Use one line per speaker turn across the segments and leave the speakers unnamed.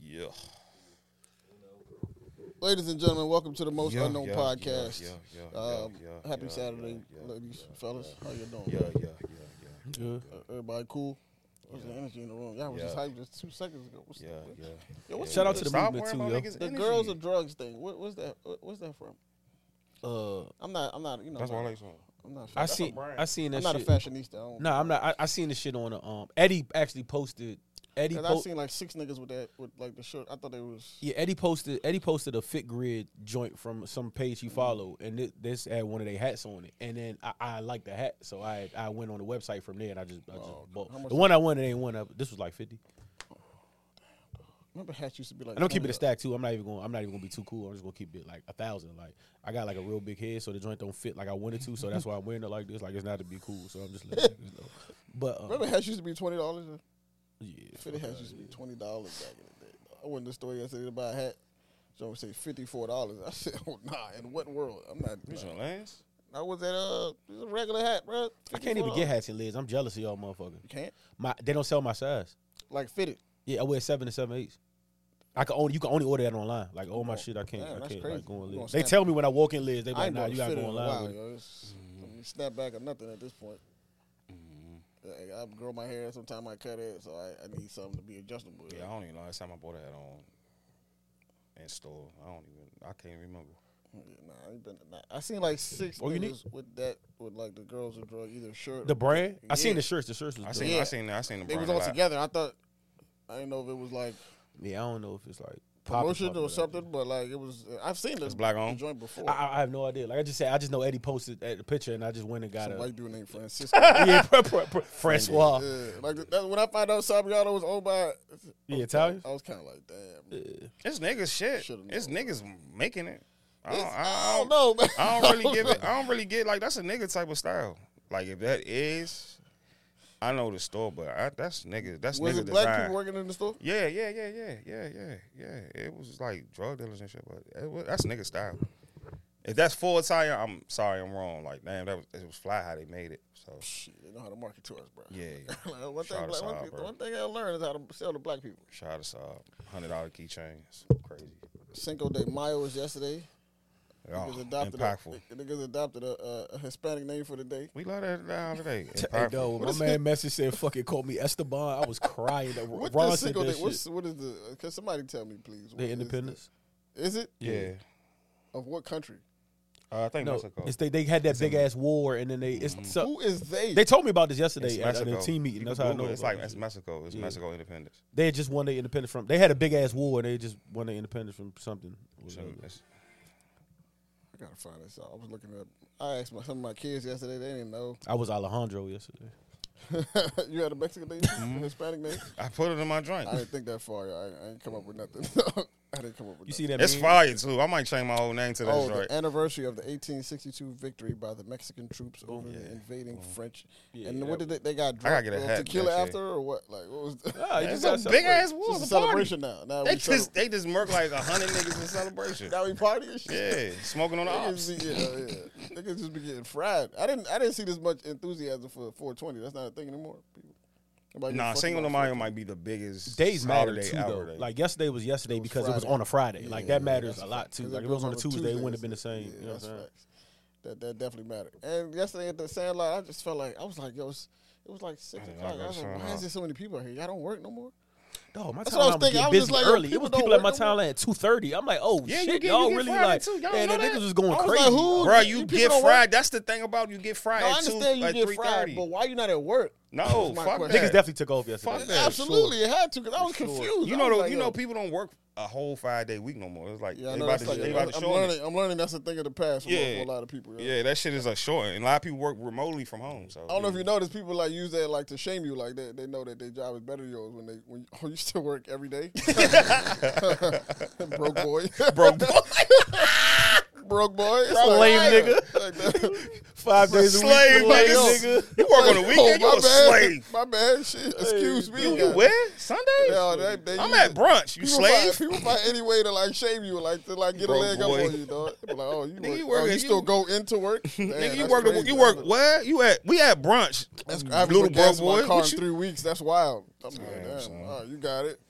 Yeah.
Ladies and gentlemen, welcome to the Most
Yeah,
Unknown
yeah,
Podcast.
yeah, yeah, yeah,
Um,
yeah,
happy
yeah,
Saturday,
yeah, yeah,
ladies,
yeah,
fellas. How you doing?
Yeah, yeah, yeah, yeah.
Good.
Uh, Everybody cool? What's the energy in the room? Y'all was just
Yeah.
hyped just two seconds ago. What's
Yeah, yeah.
Yo, what's
Shout out to the
Stop
movement
worrying
too,
about
yo.
niggas'
the
energy.
girls and drugs thing? What, what's that? What, what's that from?
Uh,
I'm not. I'm not. You know.
That's
I'm
why I
not,
like song.
I'm not.
I
sure.
seen
brand.
I seen that.
I'm not a
shit.
fashionista. I don't,
No, I'm not. I, I seen the shit on um Eddie actually posted. Eddie
Cause
po-
I seen like six niggas with that with like the shirt. I thought they was.
yeah Eddie posted Eddie posted a fit grid joint from some page
Mm-hmm.
he followed and thi- this had one of their hats on it and then I, I liked the hat so I I went on the website from there and I just I just
Oh, how
bought
much-
the one I wanted ain't one up this was like fifty
Remember hats used to be like.
and I'm keeping it
$20.
stacked too I'm not even going I'm not even gonna be too cool I'm just gonna keep it like a thousand like I got like a real big head so the joint don't fit like I wanted to so that's why I'm wearing it like this like it's not to be cool so I'm just letting niggas know. but um,
Remember hats used to be twenty dollars.
yeah
Fitted hats used to be twenty dollars back in the day. I went to the store yesterday to buy a hat. Someone say fifty four dollars. I said, oh nah. In what world? I'm not.
This your last?
I was at uh, this is a regular hat, bro.
I can't even get hats and lids. I'm jealous of y'all, motherfucker.
You can't
My they don't sell my size.
like fitted.
Yeah, I wear seven and seven eights. I can only you can only order that online. Like all my
Oh,
shit, I can't.
damn,
I
that's
can't
crazy.
like go
You
on
gonna
lids. They
snap-
tell me when I walk in lids, they be
I
like,
ain't
nah,
bought
you
a
gotta
fitted
go
in a
online.
while,
with it.
yo. It's, Snap back or nothing at this point.
Mm-hmm.
Like, I grow my hair. Sometimes I cut it, so I, I need something to be adjustable.
Yeah, I don't even know. Last time I bought a hat on in store, I don't even. I can't remember.
Nah, I ain't been. Nah, I seen like six
Oh, you need-
niggas with that with like the girls who drug either shirt.
The
or-
brand? I
Yeah.
seen the shirts. The shirts was
I
dope.
seen.
Yeah.
I seen. I seen the.
They was
brand a
all
lot.
together. I thought I didn't know if it was like
Yeah, I don't know if it's like popping,
promotion
popping,
or
whatever.
something, but like it was. uh, I've seen this
It's black
the
on.
joint before.
I- I, I have no idea. Like I just said, I just know Eddie posted at the picture, and I just went and got
Some
a
white dude named Francisco. yeah,
yeah, pr- pr- pr- Francois.
like that, when I found out Sabriano was owned by
Yeah, Italian.
I was kind of like, damn.
It's niggas shit.
Should've known.
It's niggas making it. I don't,
It's-
I, don't,
know, man.
I don't really get it. I don't really get like that's a nigga type of style. Like if that is, I know the store, but I, that's nigga. That's
Was
nigga
it black
design.
people working in the store?
Yeah, yeah, yeah, yeah, yeah, yeah, yeah. It was like drug dealers and shit, but it was, that's nigga style. If that's full attire, I'm sorry, I'm wrong. Like damn, that was it was fly how they made it. So
Shit, they know how to market to us, bro.
yeah,
Like, one, thing,
Shout
black,
us
one,
out,
thing-
bro.
one thing I learned is how to sell to black people.
shout us out. uh, Hundred dollar keychains, crazy.
Cinco de Mayo was yesterday.
Oh,
niggas adopted
impactful.
A, niggas adopted a, a, a Hispanic name for the day.
We love that down today.
Hey,
Impactful.
though, my man message said, "Fucking called me Esteban." I was crying.
What
Ron
does
said
Cinco
that
de?
shit.
What's, what is the? uh, Can somebody tell me, please? What
The
is the-
Independence.
Is it
Yeah.
of what country?
Uh, I think
No,
Mexico.
it's they, they had that big ass war, and then they it's so-
Who is they?
they told me about this yesterday
Mm-hmm. It's
at, at a
Mexico.
team meeting.
You
That's
can
how I
Google
know.
it. It's
about
like
this
it's
shit.
Mexico. It's
Yeah.
Mexico independence.
they had just won their independence from. They had a big ass war, and they just won their independence from something.
So it's-
I gotta find this out. I was looking it up. I asked my, some of my kids yesterday. They didn't know.
I was Alejandro yesterday.
you had a Mexican name, a Hispanic name.
I put it in my drink.
I didn't think that far. yo. I, I ain't come up with nothing. I didn't come up with. nothing.
You see that?
It's
meme?
fire too. I might change my whole name to this
Oh,
joint.
the anniversary of the 1862 victory by the Mexican troops over the invading French. and what did they, they got?
gotta
Drunk,
get a
with
hat
tequila
next year.
after or what? Like what was? The,
Ah, you
It's
just
a
gotta
big
celebrate.
ass war.
it's a
It's a party.
celebration now. Now
They
we cele-
just they just murk like a hundred niggas in celebration.
now we party and shit.
Yeah, smoking on the ops.
Niggas, be, yeah, yeah. Niggas just be getting fried. I didn't I didn't see this much enthusiasm for 420. That's not a thing anymore. People, nobody
Nah,
gives a fuck
Cinco de
about
Mayo might be the biggest
Days matter
holiday
too,
out
though.
there.
Like yesterday was yesterday because it was
Friday.
on a Friday. like that
yeah,
matters
that's
a lot too.
'Cause
Like
if
if it was on a
a
Tuesday, it wouldn't have been the same.
Yeah,
you know what I'm
that's
saying?
facts. That that definitely mattered. And yesterday at the Sandlot, I just felt like I was like, yo, it's, it was like six
I did not
o'clock.
go
I was
to
like, why
Sandlot.
is there so many people out here? Y'all don't work no more.
Dog, my
That's what I was
timeline was
thinking. I was
getting
just
busy
like, yo,
early. It
people
was
don't
people at my
work no more.
timeline at two thirty. I'm like, oh
Yeah, you
shit,
get-
y'all
you get
really
Friday
like,
too. Y'all
yeah,
know
the
that? Oh,
niggas was going
I was like,
crazy.
who-
dog.
Bro, you
people
get
don't work-
fried. That's the thing about you get fried
No, I
at two,
understand you
at
get
three
fried,
thirty.
but why you not at work? That
No,
was my
fuck
question.
Niggas
that.
definitely took off yesterday.
Fuck that.
Absolutely, it had to because I was confused.
You
I
know,
was
the,
like,
you
yo,
know, people don't work a whole five day week no more. It's like
Yeah, I
they
know
about
that's
to,
like,
they about to
I'm,
shorten. it.
learning, I'm learning that's a thing of the past for,
Yeah.
for a lot of people. yo.
Yeah, that shit is a short. And a lot of people work remotely from home. So
I don't know if you notice people like use that like to shame you like they, they know that their job is better than yours when they when oh you still work every day broke boy
broke.
broke boy it's
lame nigga.
like that.
Five days a week.
slave,
like,
niggas. You work on the
oh,
weekend,
my
you a
bad
slave.
my bad shit excuse me
You where? Sunday?
Yeah, they- they
I'm
use
at
it.
brunch. You
People
slave?
find, people find any way to like shame you, like to like get a
Broke
leg
boy.
up on you, dog. They be Like, oh, you
Nigga,
work,
you
you,
work
oh,
at-
you still
you-
go into work.
Nigga, you work. The, you work. Where? You at? We at brunch.
That's I
you
haven't
little
put gas
broke
in my
boy.
car in
What you-
three weeks. That's wild. I'm
Damn,
like, damn,
son.
oh, you got it.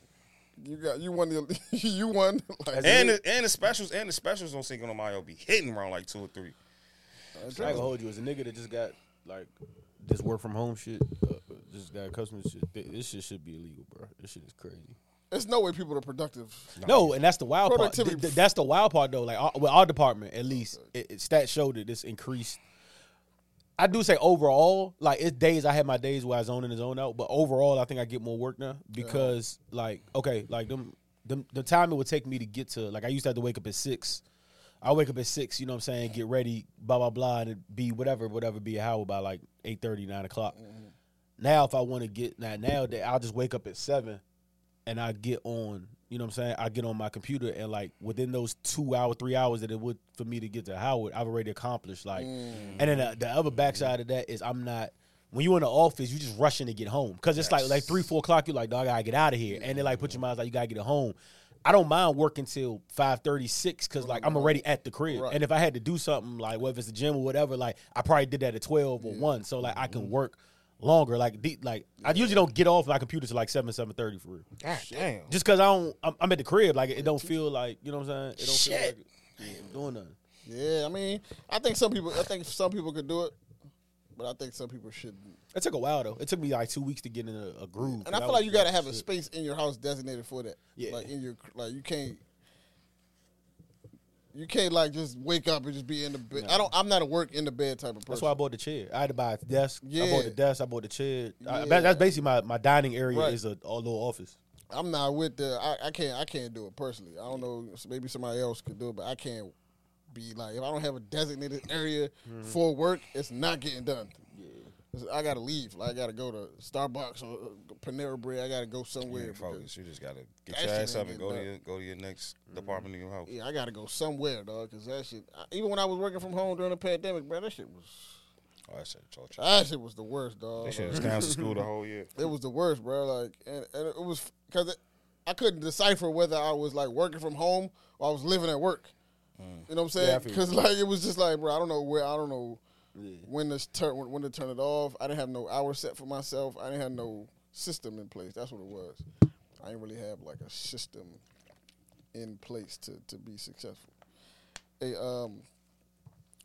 You got you won the you won like
And the, and the specials and the specials on Cinco de Mayo be hitting around like two or three.
I ain't gonna hold you as a nigga that just got like this work from home shit, uh, just got customer shit. thi- This shit should be illegal, bro. This shit is crazy.
there's no way people are productive.
No, and that's the wild part. Th-
Productivity-
th- that's the wild part though. Like all, with our department, at least it, it stats show that it's increased. I do say overall, like it's days I had my days where I zone in and zone out, but overall I think I get more work now because like okay, like them, them the time it would take me to get to like I used to have to wake up at six. I wake up at six, you know what I'm saying, get ready, blah blah blah, and it'd be whatever, whatever, be a hour by like 8:30, 9 o'clock. Now if I want to get now now that I'll just wake up at seven and I get on, you know what I'm saying? I get on my computer and like within those two hour, three hours that it would for me to get to Howard, I've already accomplished. Like, and then the, the other backside of that is I'm not. When you in the office, you just rushing to get home because it's like like three, four o'clock. You're like, dog, I gotta get out of here, and then like put your minds like you gotta get home. I don't mind working till five thirty six because like I'm already at the crib,
Right.
and if I had to do something like whether it's the gym or whatever, like I probably did that at twelve or one, so like I can work longer. Like the, like I usually don't get off my computer till like seven seven thirty for real
God damn.
just because I don't, I'm, I'm at the crib. Like it don't feel like you know what I'm saying. It don't
Shit.
feel like I'm doing nothing.
Yeah, I mean, I think some people, I think some people could do it, but I think some people shouldn't.
It took a while though. It took me like two weeks to get in a, a groove.
And I
'cause
feel
was
like you got to have a
shit.
space in your house designated for that.
Yeah.
Like in your like you can't you can't like just wake up and just be in the bed. I don't. I'm not a work in the bed type of person.
That's why I bought the chair. I had to buy a desk. I bought
Yeah.
the desk. I bought the chair. I- I-
Yeah.
that's basically my, my dining area
Right.
is a, a little office.
I'm not with the. I, I can't. I can't do it personally. I don't know. Maybe somebody else could do it, but I can't be like if I don't have a designated area
Mm-hmm.
for work, it's not getting done. It's- I gotta leave. Like, I gotta go to Starbucks or uh, Panera Bread. I gotta go somewhere.
You ain't
because-
focused. You just gotta get
That
your
shit
ass
ain't
up and
getting
go to
done. Mm-hmm.
your go to your next department in your house.
yeah, I gotta go somewhere, dog. Cause that shit. I, even when I was working from home during the pandemic, bro, that shit was
Oh, that shit torture.
that shit was the worst, dog.
They should
Like,
have canceled school the whole year.
it was the worst, bro. Like, and, and it was because I couldn't decipher whether I was like working from home or I was living at work.
Mm.
You know what I'm
Yeah,
saying?
I feel you.
Because like it was just like, bro, I don't know where, I don't know when to turn when, when to turn it off. I didn't have no hour set for myself. I didn't have no system in place. That's what it was. I didn't really have like a system in place to to be successful. Hey, um,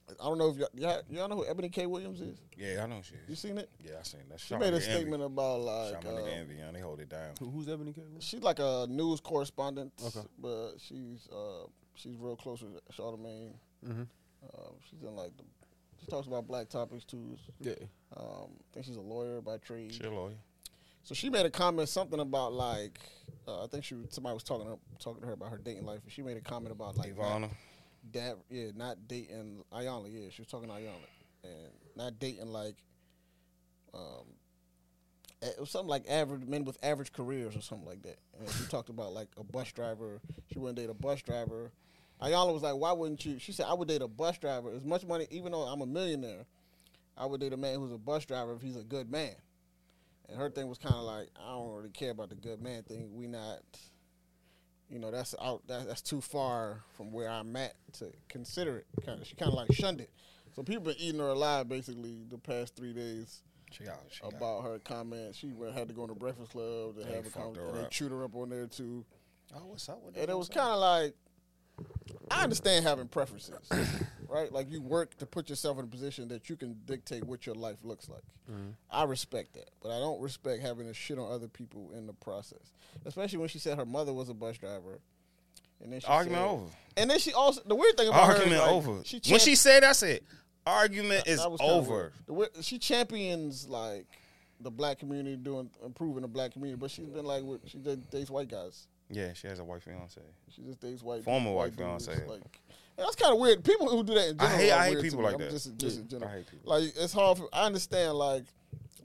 I don't know if y'all y'all, y'all know who Ebony K. Williams is.
Yeah, I know she
You
is.
seen it?
Yeah, I seen that.
She
Shout
made
out
a
to
statement about
Envy.
like.
Shout out to
uh,
Envy, young. They hold it down.
Who- Who's Ebony K? Williams?
She's like a news correspondent,
Okay.
but she's uh, she's real close with Charlemagne. Um, she's in like the, she talks about black topics too.
Yeah.
Um, I think she's a lawyer by trade.
She a lawyer.
So she made a comment something about like uh, I think she was- somebody was talking up, talking to her about her dating life, and she made a comment about like not,
Ivana.
dab, yeah, not dating Ayana. Yeah, she was talking to Ayana and not dating like um it was something like average men with average careers or something like that. And she talked about like a bus driver. She wouldn't date a bus driver. Ayala was like, "Why wouldn't you?" She said, "I would date a bus driver. As much money, even though I'm a millionaire, I would date a man who's a bus driver if he's a good man." And her thing was kind of like, "I don't really care about the good man thing. We not, you know, that's out. That, that's too far from where I'm at to consider it." Kind of, she kind of like shunned it. So people been eating her alive basically the past three days
She got. She got.
about her comment. She went, had to go to Breakfast Club to
They
have a
fucked
comment,
her
and they
up.
chewed her up on there too.
Oh, what's up with that?
And it was
What's up?
kind of like, I understand having preferences, right? Like you work to put yourself in a position that you can dictate what your life looks like.
Mm-hmm.
I respect that, but I don't respect having to shit on other people in the process, especially when she said her mother was a bus driver. And then she
Argument
said-
over.
And then she also the weird thing about her is,
Argument
like,
over.
She
when
champ-
she said, I said, argument is
that was kinda
over.
weird. The way- She champions like the black community doing improving the black community, but she's been like with, she just dates white guys.
Yeah, she has a white fiance.
She just dates white
Former
white
wife, you know what I'm
dudes,
saying?
Like, and that's kind of weird. People who do that in
I
general.
hate-
are
I hate
weird to
people
me.
like
I'm
that.
Just, just in general.
I hate people.
Like it's hard. For, I understand like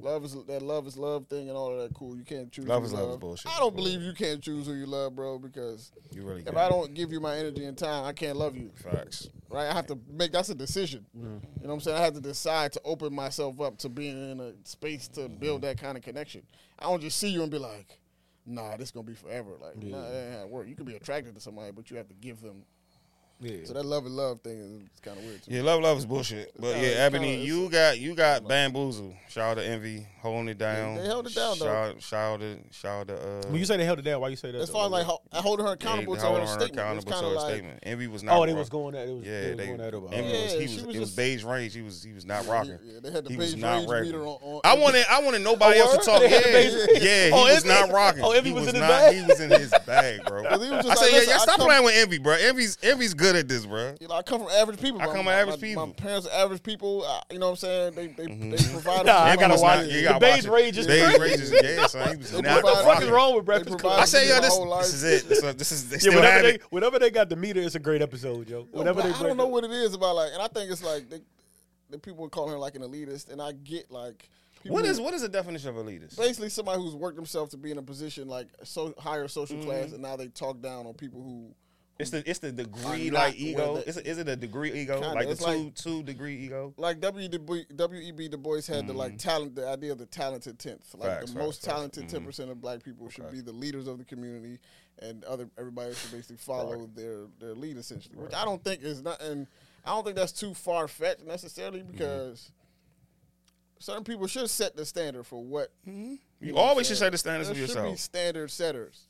love is that love is love thing and all of that. Cool. You can't choose.
Love
who
is
you
love is bullshit.
I don't believe you can't choose who you love, bro. Because
You really
if
good.
I don't give you my energy and time, I can't love you
Facts.
right? I have to make that's a decision. You know what I'm saying? I have to decide to open myself up to being in a space to build that kind of connection. I don't just see you and be like, nah, this gonna be forever. Like, nah, that ain't how it work. You could be attracted to somebody, but you have to give them
Yeah.
So that love and love thing is kind of weird. To me.
Yeah, love, love is bullshit. But
No,
yeah,
it's
Ebony,
kinda-
you got you got bamboozled. Shout out to Envy holding it down.
They held it down, though.
Shout, shout out to shout out to. Uh,
when you say they held it down, why you say that?
As
though?
far as like ho- holding her accountable
yeah,
to her
holding
statement, it's
accountable
kind of
to her
like
statement. Envy was not.
oh, they
rock-
was going at it. Was,
Yeah,
they was
they.
going at it. about-
Envy
oh.
was,
Yeah,
he
she
was,
was
it was
just-
beige range. He was he was not rocking.
Yeah, they had the
He was
beige
not
range
ready.
meter on. on
I wanted I wanted nobody
Oh,
else to
word?
talk.
They
Yeah,
had the beige-
yeah, he
Oh,
was
Envy-
not rocking.
oh, Envy was in his bag?
He was in his bag, bro. I
Because he was just like,
said, yeah,
"Listen,
yeah,
I
stop
come-
playing with Envy, bro. Envy's Envy's good at this, bro.
You know, I come from average people.
I
My-
come from
my-
average
my-
people.
My parents are average people. I, you know what I'm saying? They they, they provide.
Nah, I
Envy
gotta
was
watch
not-
it.
you
The
gotta
beige
watch it.
rage is
Beige
crazy.
rage is yeah, son. He was
What
not
What the fuck
rocking.
is wrong with Breakfast
provide-
Club?
I say, yo, this,
Whole life.
this is it. This, this is they
Yeah,
still
whenever
have
they
it.
whenever they got the meter, it's a great episode, yo.
No,
Whenever
but
they
I don't
break
know
up.
what it is about like, and I think it's like they, the people would call her like an elitist, and I get like people
What is
who-
what is the definition of elitist?
basically somebody who's worked themselves to be in a position like so higher social class, and now they talk down on people who.
It's the it's the degree
not
like
the way
ego.
that-
Is it, is it a degree ego?
Kinda,
Like the
it's
two
like-
two degree ego.
Like W. E Du Bois- W.E.B. Du Bois had the like talent, the idea of the talented tenth,
Mm. Facts,
like the
facts, Mm-hmm.
most
facts.
talented 10 percent of black people should be the leaders of the community, and other everybody else should basically follow their their lead essentially, which I don't think is not, and I don't think that's too far fetched necessarily
Mm-hmm.
because certain people should set the standard for what
Hmm. You always should
saying?
set the standards
there
for
should be
yourself.
standard setters.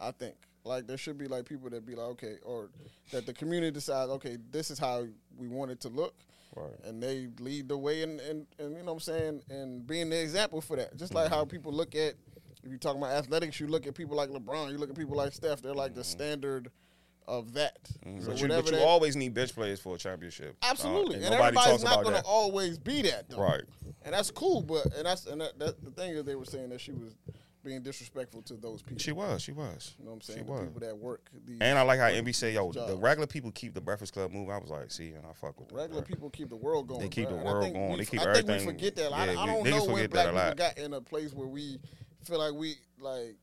I think like there should be like people that be like okay, or that the community decides okay, this is how we want it to look,
Right.
and they lead the way and and and you know what I'm saying and being the example for that. Just like
Mm-hmm.
how people look at if you're talking about athletics, you look at people like LeBron, you look at people like Steph. They're like the standard of that. So
Mm-hmm. But you, but
whatever
you
that-
always need bench players for a championship. Uh,
absolutely, and,
nobody
everybody's
talks
not
about
going to
that.
always be that though.
Right.
And that's cool, but and that's and that, that the thing is they were saying that she was being disrespectful to those people.
She was, she was.
You know what I'm saying?
She
the
was.
people that work, the
And I like how NB say, yo, the
job.
regular people keep the Breakfast Club moving. I was like, see, and I fuck with that.
regular
bro.
people keep the world going.
They keep
bruh.
the
And I
world
think
going.
we-
They keep
I think
everything-
we forget that.
yeah,
I, I
we-
don't
niggas
know when
forget that
black
a
people
lot.
got in a place where we feel like we like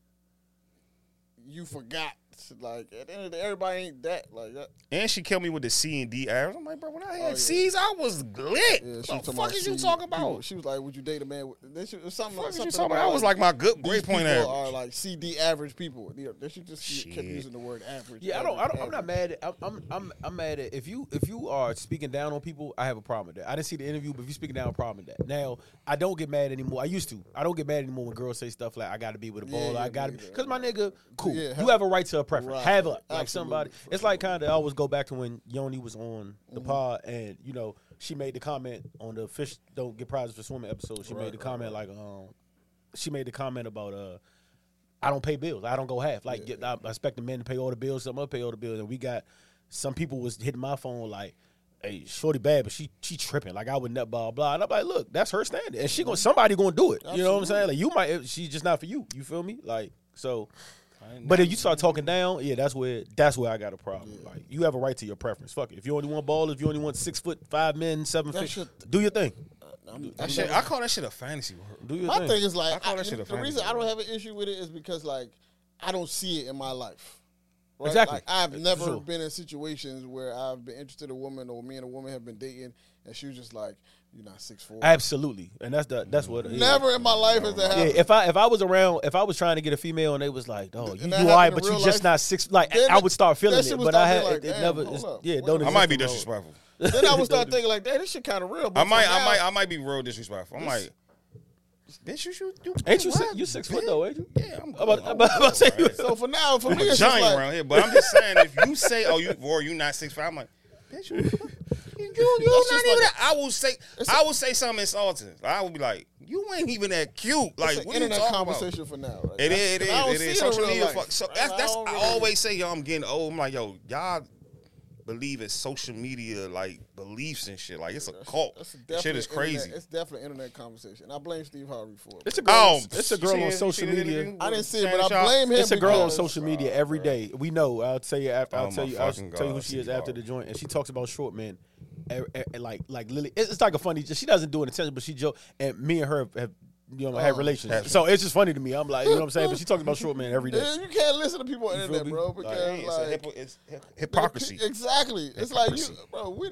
you forgot. Like at the end of the day, everybody ain't that. Like that.
And she killed me with the C and D average. I'm like, bro, when I had
Oh, yeah.
C's, I was lit.
Yeah, she was
what the fuck
talking about
is you
she-
talking
people-
about?
She was like, "Would you date a man?" With, then she, it was something
What
like
the fuck
something
is you talking about? That was like my good
These
grade point
people
average.
are like CD average people. They, are- they should just keep-
Shit.
kept using the word average.
Yeah, I don't. I
average,
don't I'm not
average.
mad. At, I'm, I'm. I'm. I'm mad at if you if you are speaking down on people. I have a problem with that. I didn't see the interview, but if you speaking down, problem with that. Now I don't get mad anymore. I used to. I don't get mad anymore when girls say stuff like "I got to be with a
Yeah,
baller."
yeah,
I got to
me either.
because my nigga, cool.
Yeah,
you
have-
have a right to a preference.
Right.
Have a like
Absolutely.
somebody. It's like kind of. I always go back to when Yoni was on the
Mm-hmm.
pod, and you know she made the comment on the fish don't get prizes for swimming episode. She made the comment like, um, she made the comment about uh. I don't pay bills. I don't go half. Like I, I expect the men to pay all the bills. Some other pay all the bills, and we got some people was hitting my phone like, "Hey, shorty bad, but she she tripping." Like I would not blah blah. And I'm like, look, that's her standard, and she gonna
Mm-hmm.
somebody gonna do it. You know what I'm saying? Like you might, she's just not for you. You feel me? Like so. But if you start talking down, yeah, that's where that's where I got a problem. Like you have a right to your preference. Fuck it. If you only want ballers, if you only want six foot five men, seven
That
feet,
shit-
do your thing.
I'm-
That shit- I call that shit a fantasy word.
Do your
My
thing.
thing is like
I call
I-
that shit a
the reason
fantasy,
I don't
bro.
have an issue with it is because like I don't see it in my life. Right?
Exactly.
Like, I've
For
never
sure.
been in situations where I've been interested in a woman or me and a woman have been dating and she was just like, "You're not six four.
Absolutely, and that's the that's what. yeah.
Never in my life has that
Yeah,
happened.
if I if I was around, if I was trying to get a female and they was like, "Oh, you, you
that
all right,
happened in
but you
real
just
life,
not six Like
then
I
that-
would start feeling
that shit
it,
would
but
start
I had
being
it,
like,
it
"Damn,
never.
hold
it's-
up,
yeah,
wait
don't.
a
I might be
exist no more.
disrespectful.
then I would start thinking like, "Damn, this shit kind of real." But
I might,
for
I
now-
might, I might be real disrespectful. I'm like, bitch, you, you, you
Ain't you
what,
six, you six foot
bitch?
though? Ain't you?
Yeah, I'm
I'm about,
good.
I'm about- I'm about to say you.
So for now, for me,
I'm a
it's just
giant
like,
around here, but I'm just saying, if you say, "Oh, you Roy, you not six five, I'm like, "Bitch, you, you, you, you
That's
not
just
even." that.
like-
I will say, I will say something insulting. I will be like, "You ain't even that cute." Like,
it's an
what are you
internet
talking
conversation
about?
for now. Right?
It is, it
I don't
is, it
see
is.
it in
Social
real
media,
life.
fuck. So
Right?
that's,
I
that's.
don't
I
really-
always say, "Yo, I'm getting old." I'm like, "Yo, y'all." Believe in social media like beliefs and shit. Like it's a cult.
That's
Shit is
definitely
crazy.
Internet, it's definitely internet conversation. I blame Steve Harvey for it.
It's a girl.
Oh,
it's a
you
girl
see
on
it? You
social
see the
media.
interview?
I didn't see it, but
Shannon
I
Sharp?
blame him.
It's a girl on
because-
social media every day. We know. I'll tell you. After, I'll
Oh,
tell
my
you. I'll
fucking
tell you who
God,
she is
Steve
after
Harvey.
the joint, and she talks about short men. Eh, eh, eh, Like like Lily, it's it's like a funny. She doesn't do it intentionally, but she joke. And me and her have, have you know
Oh.
have relationships,
That's
so it's just funny to me. I'm like, you know what I'm saying. But she talks about short men every day.
Yeah, you can't listen to people on the
feel
internet,
me?
bro,
Like,
because
hey,
like,
it's a hypo- it's hip- hypocrisy.
Exactly. It's like you,
Hypocrisy.
bro. We,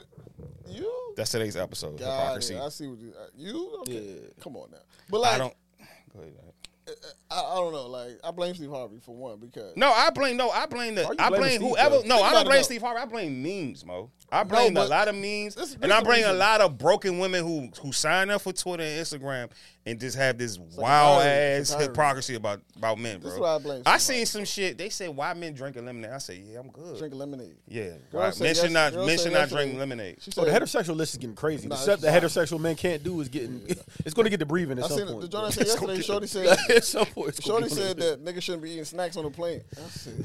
you.
That's today's episode.
God,
hypocrisy.
I see what uh, you. You okay.
Yeah.
come on now. But
I
like,
don't. Go ahead. man.
I, I don't know. Like I blame Steve Harvey for one because
No, I blame no, I blame the
Why you
I
blaming
blame
Steve,
whoever.
though?
No,
Think
I
about
don't
it,
blame
though.
Steve Harvey. I blame memes, Mo. I blame a
but-
lot of memes,
This- this
and I
the
blame a
reason.
lot of broken women who who sign up for Twitter and Instagram and just have this
like
wild
a virus. It's
ass
a virus.
hypocrisy about about men, bro.
This is why I blame Steve
seen
Harvey.
some shit. They said why men drinking lemonade. I said yeah, I'm good.
drink lemonade.
yeah,
Girl
right.
said
men should
yes-
not
girl
men
said
should not
yesterday-
drink lemonade. Oh,
She
So the
said,
heterosexual list is getting crazy.
Nah,
the stuff
it's
that
wild.
heterosexual men can't do is getting. It's going to get the breathing at
I
some
seen it.
point.
The
bro.
joint I said
It's gonna
yesterday,
get-
Shorty said-
at some point. it's gonna
Shorty
get
said
one
that
of
niggas shouldn't be eating snacks on the plane. I said,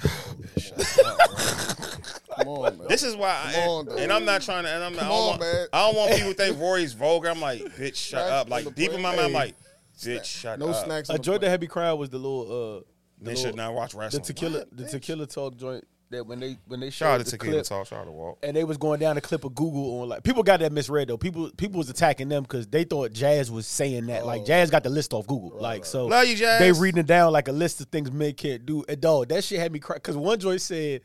come on, man.
This is why, I,
Come on,
and, and
dog.
I'm not trying to, and I'm not, I,
Come
don't
on,
want,
man.
I don't want people to think Rory's vulgar. I'm like, bitch, shut
Snacks
up.
on
Like
the
deep in my
plate.
mind, I'm like, bitch, shut
No
up.
snacks.
them.
On
I
the
enjoyed the
plane.
heavy crowd was the little. uh the
They should
little-
not watch
the
wrestling.
tequila
What?
the tequila talk joint that when they when they
Shout
showed
out to
the
Tequila
clip
Talk. Shout out to Walt.
and they was going down a clip of Google on like people got that misread though people people was attacking them because they thought Jazz was saying that like Jazz got the list off Google like so
Love you, Jazz.
they reading it down like a list of things men can't do and dog that shit had me cry because one joint said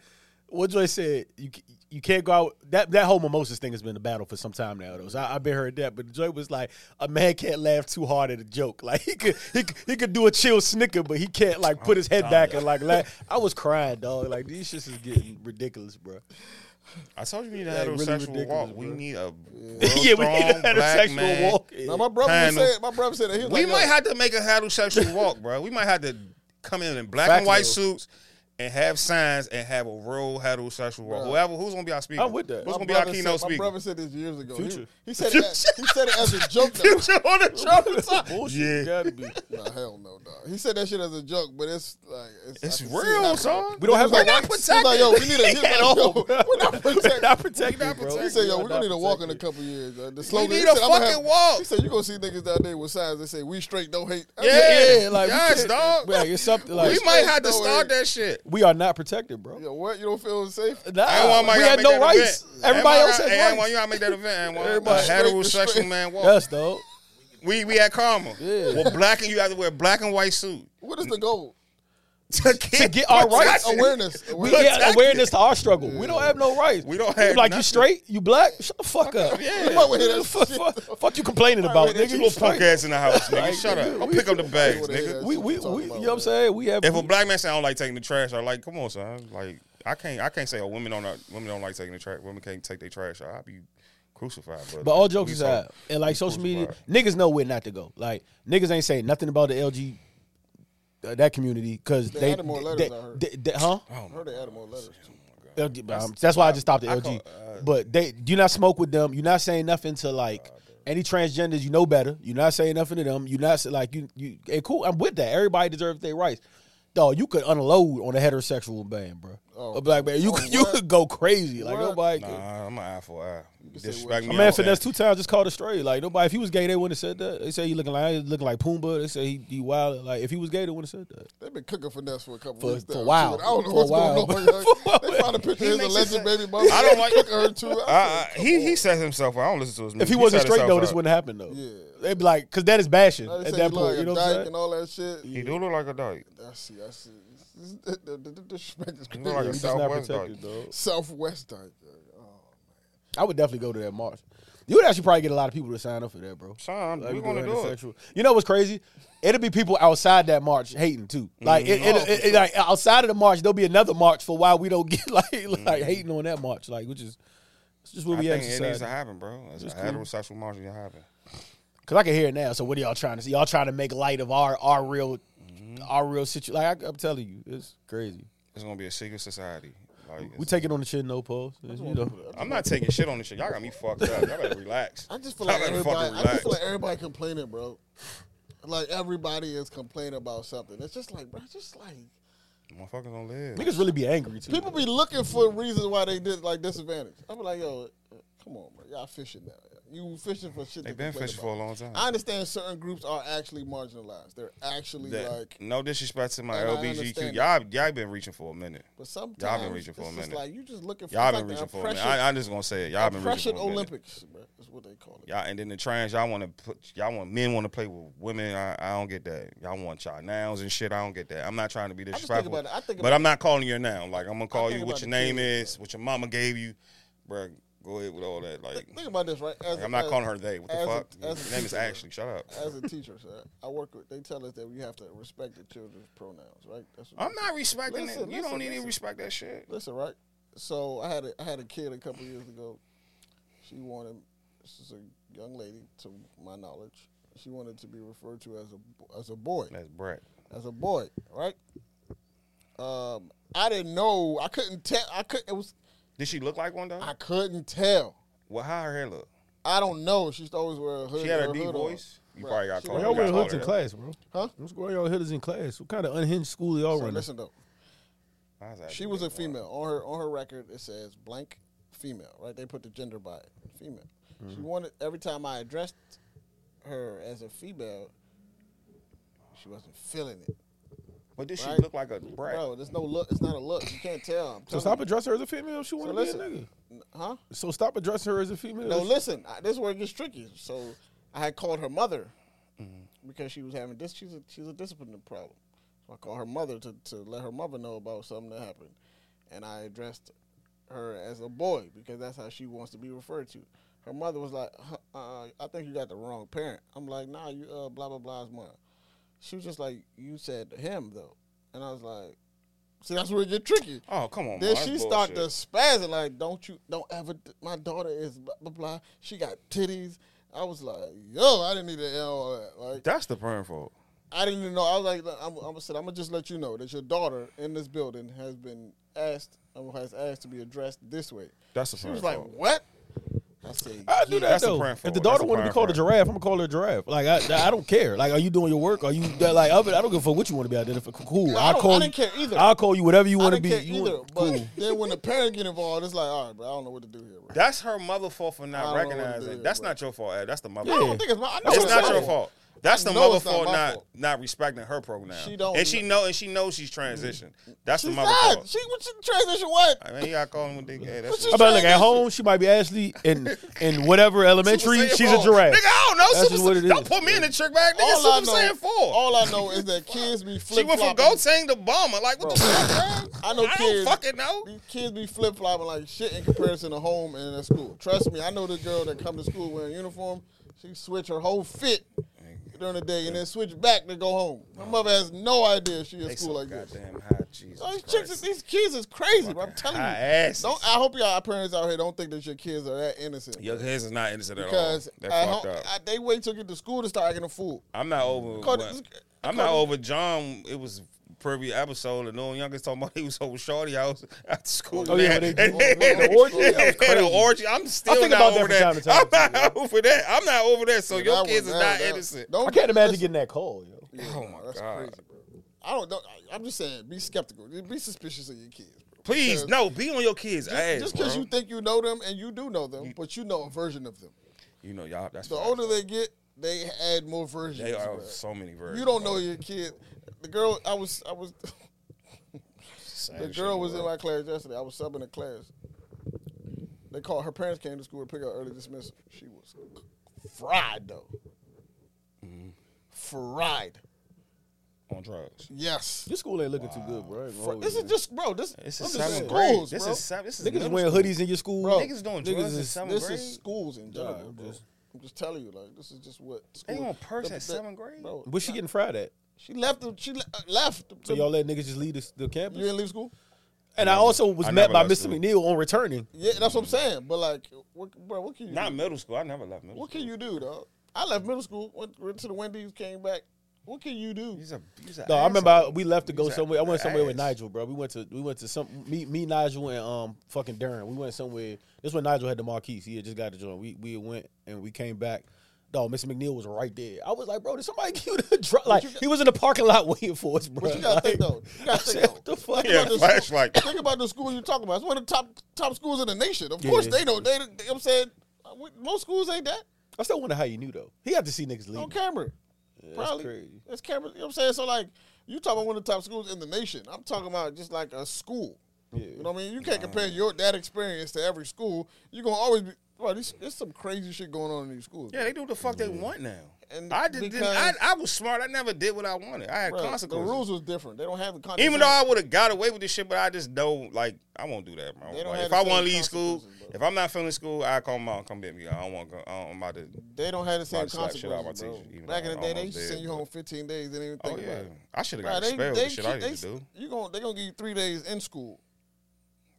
one joint said you c- you can't go out that that whole mimosas thing has been a battle for some time now though so I, I've been heard that but the joint was like a man can't laugh too hard at a joke like he could he could, he could do a chill snicker but he can't like put his head back and like laugh. I was crying dog like these shits is getting ridiculous bro.
I told you we need a
Like, really
heterosexual
ridiculous,
walk. We
bro.
need a
yeah, we need a heterosexual walk.
Now my brother just
Panel.
said, my brother said that he was
We
like,
might
yo,
have to make a heterosexual walk, bro. We might have to come in in black
Facts,
and white
though.
suits and have signs and have a real heterosexual walk.
Bruh.
Whoever who's gonna be our speaker?
I'm with that.
Who's
my
gonna be our
brother
keynote
said, My
speaker?
brother said this years ago. He-
Future.
He, said it. As, he said it as a joke. though.
Future on the trumpet side.
Bullshit.
Yeah,
Gotta be.
Nah, hell no, dog. He said that shit as a joke, but it's like
it's
it's, I can see it
real,
happening.
son.
We don't have
We're
no
not
rights.
He's like,
protected.
yo, we need a. He's like,
At
yo,
all.
we're not
We're
protecting.
not protected, bro.
He said, yo, we're gonna
not
need a walk in a
protected.
couple years. dog. The
We
slogan.
need
he
a
said, I'ma have-
fucking walk.
He said, you gonna see niggas out there with signs that say we straight, don't hate. I said,
Yeah,
Yeah, like, we
yes,
can't-
dog.
Yeah, it's something like
we might have to
No way.
start that shit.
we are not protected, bro.
Yo, what? You don't feel safe?
Nah,
Everyone might
we
gotta
had
make
no
that
rights.
event.
Everybody
Everyone
else
gotta-
has
everyone,
rights.
you gotta make that event. Everyone.
Everybody.
Heterosexual
Straight-
man walk.
Us though.
We we at Karma.
Yeah.
Well, black and you have to wear black and white suit
What is the goal?
to get,
get our rights.
Awareness.
We
Awareness.
get awareness to our struggle. We don't have no rights.
We don't have
like
nothing.
you straight, you black. Shut the fuck up.
Yeah.
Fuck with that
fuck,
shit,
fuck, fuck you complaining about,
with that
nigga.
You
You
little punk
straight.
ass in the house, nigga. Shut up.
nigga,
I'll
we-
pick up the bags,
Fuck with that
nigga.
ass.
We we, we
Talking
you know
about
what I'm saying? We have
If a black man say I don't like taking the trash, I like, come on, son. Like I can't I can't say a women don't women don't like taking the trash. Women can't take their trash. out. I'll be crucified. But,
But all jokes
we
aside,
talk-
and
we
like social media,
crucified.
niggas know where not to go. Like niggas ain't saying nothing about the LG uh, that community because
They
they,
added more letters,
they,
I heard.
they- they- huh?
Oh,
I heard they added more letters.
LG, but, um, that's why I just stopped at
I
LG.
call- uh,
but they do not smoke with them. You're not saying nothing to like
Oh,
any transgenders. You know better. You're not saying nothing to them. You're not say- like you you. Hey, cool. I'm with that. Everybody deserves their rights. Dog, you could unload on a heterosexual band, bro.
Oh.
a black man, you
Oh,
could, you
what?
could go crazy. Like
What?
nobody. could.
Nah, I'm an eye for eye.
say
Disrespect me. I
what
uh, A man
don't
said
care.
that's two times. Just called it straight. Like nobody. If he was gay, they wouldn't have said that. They say he looking like he looking like Pumbaa. They say he, he wild. Like if he was gay, they wouldn't have said that.
They've been cooking finesse for a couple
For-
weeks
for
now,
a while.
too. I don't know
For
what's
a while.
going on. Like, they found a picture
He
of his
makes it
alleged
sound-
baby mother.
I don't like-
cooking her too. I
I, I, he he sets himself up. I don't listen to his music.
If he
He
wasn't
set
straight though,
himself
this
up.
wouldn't happen though.
Yeah.
They'd be like, because that is bashing
said,
at that point. You know what I'm saying?
and all that shit.
He do look like a dog.
I see. I see. The- the- the- the disrespect is
He look like a
crazy.
He's just not
Southwest dog.
protected though.
Southwest dog. Oh.
I would definitely go to that march. You would actually probably get a lot of people to sign up for that, bro.
Son,
Like,
we're
we
gonna do it.
heterosexual. You know what's crazy? It'll be people outside that march hating too. Like it, it,
Mm-hmm.
it, it- like outside of the march, there'll be another march for why we don't get like like hating on that march. Like which is it's just what
Mm-hmm. I
we
think it needs
exercise.
to happen, bro. It's a heterosexual marriage needs to happen.
Cause I can hear it now. So what are y'all trying to see? Y'all trying to make light of our our real
Mm-hmm.
our real situation. Like I, I'm telling you, it's crazy.
It's gonna be a secret society. Like,
We
it's-
take it on the chin, no pose. You know,
I'm not taking shit on this shit. Y'all got me fucked up. Y'all better relax.
I just feel
Y'all
like
better
everybody.
fucking
I just
relax.
feel like everybody complaining, bro. Like everybody is complaining about something. It's just like, bro. it's Just like
Motherfuckers don't live.
niggas really be angry too.
people be looking for reasons why they did like disadvantage. I'm like, yo, come on, bro. Y'all fishing now. You fishing for shit.
They've
to
been
complain
fishing
about.
for a long time.
I understand certain groups are actually marginalized. They're actually
That-
like,
no disrespect to my
And I
LBGQ.
understand
Y'all, y'all been reaching for a minute.
but sometimes
reaching for
it's
a
just
minute.
Like you just looking for
Y'all
it's
been
like
reaching
the
for a minute.
oppression-
I, I'm just gonna say it. Y'all been reaching
oppression
for a minute.
Olympics, bro. That's what they call it.
Y'all, and then the trans, y'all want to put, y'all want men want to play with women. I, I don't get that. Y'all want y'all nouns and shit. I don't get that. I'm not trying to be
just think
disrespectful,
about it. I think
but
about
I'm not calling your noun. Like I'm gonna call you
think
what
about
your
the
name
kids,
is, what your mama gave you, bro. go ahead with all that. Like,
Think, think about this, right? As
like,
a-
I'm not
as-
calling her they. What the
as a-
fuck?
as a
Your name is
teacher.
Ashley. Shut up.
As a teacher, sir, I work with. They tell us that we have to respect the children's pronouns, right? That's what
I'm not respecting
Listen,
it. You
listen,
don't need to
listen.
respect that shit.
Listen, right? So I had a, I had a kid a couple years ago. She wanted this is a young lady, to my knowledge. She wanted to be referred to as a as a boy,
That's Brett.
as a boy, right? Um, I didn't know. I couldn't tell. I could. It was.
Did she look like one though?
I couldn't tell.
Well, how her hair look?
I don't know. She used to always wear a hood.
She had
her
a deep
hood on.
voice. You
Right.
probably got
She
caught.
was-
you
y'all wearing
got
hoods in
caught her.
class, bro.
Huh?
What's going y'all hooders in class? What kind of unhinged school y'all
So
running?
listen though.
I like,
She was a female. On her on her record, it says blank female. Right? They put the gender by it. Female. She wanted every time I addressed her as a female, she wasn't feeling it.
But did she
Right.
look like a brat?
Bro, there's no look. It's not a look. You can't tell. I'm
So
telling
stop
you.
addressing her as a female. if She want
So
to
listen,
be a nigga.
N- huh?
So stop addressing her as a female.
No, listen. I, this is where it gets tricky. So I had called her mother because she was having this. She's a, she's a disciplinary problem. So I called her mother to, to let her mother know about something that happened, and I addressed her as a boy because that's how she wants to be referred to. Her mother was like, "Huh, uh, "I think you got the wrong parent." I'm like, "Nah, you uh, blah blah blah is mine." She was just like, "You said him though," and I was like, "See, that's where it get tricky."
Oh come on.
Then
man,
she
that's
started to
bullshit.
spazzing like, "Don't you, don't ever." d- My daughter is blah blah blah. She got titties. I was like, "Yo, I didn't need to know all that." Like,
That's the parent fault.
I didn't even know. I was like, "Look, "I'm, I'm said, I'm gonna just let you know that your daughter in this building has been asked, um, has asked to be addressed this way."
That's the
She was
parent
like,
fault.
"What?" I said,
I do that
That's a
though.
brand
If
for
the
it.
daughter
That's a
want to be
brand
called a
for it.
giraffe, I'm gonna call her a giraffe. Like I, I don't care. Like, are you doing your work? Are you that, like? other- I don't give a fuck what you want to be identified. Cool.
No, I
I'll
don't-
call
I
you.
didn't care either.
I'll call you whatever you
"I
want to
didn't
be.
care
You
either."
want-
But
cool.
then when the parent get involved, it's like, "All right, bro, I don't know what to do here, bro."
That's her mother fault for
I
not
don't know what to
recognizing.
do,
That's
bro.
not your fault. Ed. That's the mother.
I
fault.
don't think it's my. I know
It's
it's
not
my
your
fault.
fault. That's the
I know
mother
it's not
fault
my
not
fault.
not respecting her program.
She don't
and she know and she knows she's transitioned. That's
She's
the mother
not.
fault.
She what she transition what?
I mean, you gotta call him a dick. Hey, that's
She
I bet look at home. She might be Ashley in in whatever elementary.
Super Saiyan
She's a
four.
giraffe.
Nigga, I don't know.
That's
Super
just what it
Saiyan- Don't
is.
put me in the trick bag. Nigga,
all I
Super
know,
Saiyan 4.
all I know is that kids be
she
flip
went from
flopping.
Goten to Bomber. Like, what the fuck, bro?
I know
I don't
kids.
fucking know.
These kids be flip flopping like shit in comparison to home and at school. Trust me, I know the girl that come to school wearing uniform. She switch her whole fit during the day and then switch back to go home. Her mother has no idea she
Oh. They
at
so
school like this.
goddamn high, Jesus
These chicks, is-
Christ.
these kids is crazy, bro. I'm telling
High
you.
asses.
Don't. I hope y'all parents out here don't think that your kids are that innocent.
Your kids is not innocent at
Because
all. They're
at
fucked
home-
up.
I- they wait till get to school to start acting a fool.
I'm not over.
Cody-
what-
Cody-
I'm not over John. It was previous episode, and no youngest talking about he was over Shorty house after school.
Oh, yeah,
They-
they-
they- they-
they- the orgy? That was
they had an
crazy.
orgy. I'm still
think
not
about that
over
from
that.
time to time,
I'm not over that. I'm not over that. So your
That
kids
one,
is
that-
not
that-
innocent.
Don't
I can't imagine
listen-
getting that call, yo.
Oh my God.
bro. I don't. don't I, I'm just saying, be skeptical. Be suspicious of your kids. Bro.
Please, no. Be on your kids' ass,
Just because
bro.
you think you know them and you do know
Mm.
them, but you know a version of them.
You know, y'all. That's
The
facts.
older they get, they add more versions.
They are
bro.
so many versions.
you don't
bro.
know your kid. The girl I was, I was,
Same
the
shit
girl was
the
in
world.
my class yesterday. I was subbing a class. They called her parents came to school to pick up early dismissal. She was fried though.
Mm-hmm.
Fried.
on drugs.
Yes.
Your school ain't looking too good, bro.
Fr- this is just bro. This,
Oh, This
I'm
is
just
seventh
saying,
grade.
schools,
This
bro.
is seven. This is
niggas is
middle
wearing
school.
hoodies in your school.
Bro,
Niggas doing drugs in
is-
seventh
this
grade.
is schools in general,
Nah,
bro.
just-
I'm just telling you, like this is just what
They
school.
gonna purse
the-
at
the-
seventh grade?
bro.
What's she getting fried at?
She left. the- She le- uh, left.
So y'all let niggas just leave this, the
you
campus?
didn't leave school.
And I also was
I
met
never
by
left
Mr.
school.
McNeil on returning.
Yeah, that's what I'm saying. But like, what, bro, what can you?
Not
do?
middle school. I never left middle
What
school.
can you do, dog? I left middle school. Went, went to the Wendy's. Came back. What can you do?
He's a, he's a
No, I remember I,
asshole.
we left to go
He's a
somewhere. I went somewhere with
ass.
Nigel, bro. We went to we went to some me, me Nigel and um fucking Darren. We went somewhere. This when Nigel had the Marquise. He had just got the joint. We we went and we came back. Dog, Mr. McNeil was right there. I was like, bro, did somebody give you the drop? Like
you got-
he was in the parking lot waiting for us, bro.
But you gotta
Like,
think though. You gotta think
what
though.
the fuck?
Yeah,
about the
flashlight.
School, think about the school you're talking about. It's one of the top top schools in the nation. Of course
Yeah.
they don't. They, they, you know what I'm saying Uh, we- most schools ain't that
I still wonder how you knew though. He had to see niggas leave.
on camera.
that's
Probably
crazy.
it's camera. You know what I'm saying? So like, you talking about one of the top schools in the nation. I'm talking about just like a school.
Yeah.
You know what I mean? You can't compare your that experience to every school. You're gonna always be. Bro, this, there's some crazy shit going on in these schools.
Yeah, they do what the fuck they want now.
and
I didn't.
because,
I, I was smart. I never did what I wanted. I had
bruh, the
consequences.
rules was different. They don't have the consequences.
Even though I would have got away with this shit, but I just know, like, I won't do that, bro.
They don't
Like,
have
if
the
I
same
want to leave school,
consequences, bro.
if I'm not feeling school, I call my mom, come get me. I don't want to go. I don't, I'm about to. oh,
they don't have the same
Might slap shit out of my
consequences. bro.
teacher, even
Back
though
in
I
the day, they
almost
used to send
did,
you
but-
home 15 days. They didn't even
Oh,
think
yeah.
about it.
I should have
Bruh,
got
they,
expelled.
they
with shit I
keep- they
used to
s-
do.
You going they gonna give you three days in school.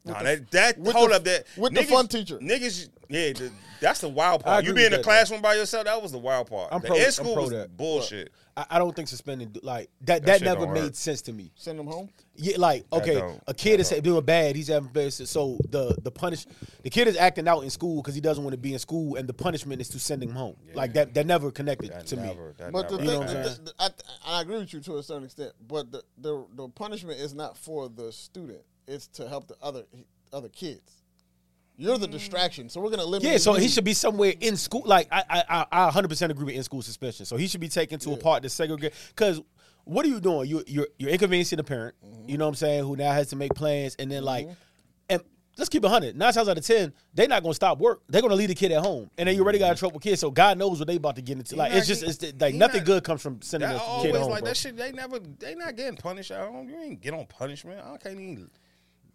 Nah,
the-
that, that
with
hold
the-
up that
with the fun teacher.
niggas yeah the, that's the wild
I
part.
agree
You
with
be in the
that,
classroom by yourself that was the wild part.
I'm
the
pro- I'm
in school
pro
was
that.
bullshit.
I, I don't think suspending like that.
That
That,
shit
never
don't
made
hurt.
sense to me.
Send them home.
Yeah, like okay,
don't-
a
that
kid is doing bad. He's having bad. So the the punish the kid is acting out in school because he doesn't want to be in school, and the punishment is to send him home. Like that that never connected
That
to
never,
me.
that
But
never
the thing,
You know
happened.
what I'm
the- the- I, I agree with you to a certain extent. But the, the the punishment is not for the student; it's to help the other other kids. You're the distraction, so we're gonna eliminate.
Yeah, so
you.
he should be somewhere in school. Like I, I, I- I 100 percent agree with in school suspension. So he should be taken to a part to segregate. Because what are you doing? You, you're you're inconveniencing a parent. You know what I'm saying? Who now has to make plans and then like,
Mm-hmm.
and let's keep it hundred. Nine times out of ten, they're not gonna stop work. They're gonna leave the kid at home, and then you already got a trouble kid. So God knows what they about to get into. Like
not
it's just
get-
it's like
Mm-hmm. he
nothing
not-
good comes from sending
That
a
I
kid
always
home.
like
bro.
that shit. They never, they not getting punished. I don't. You ain't get on punishment. I can't even.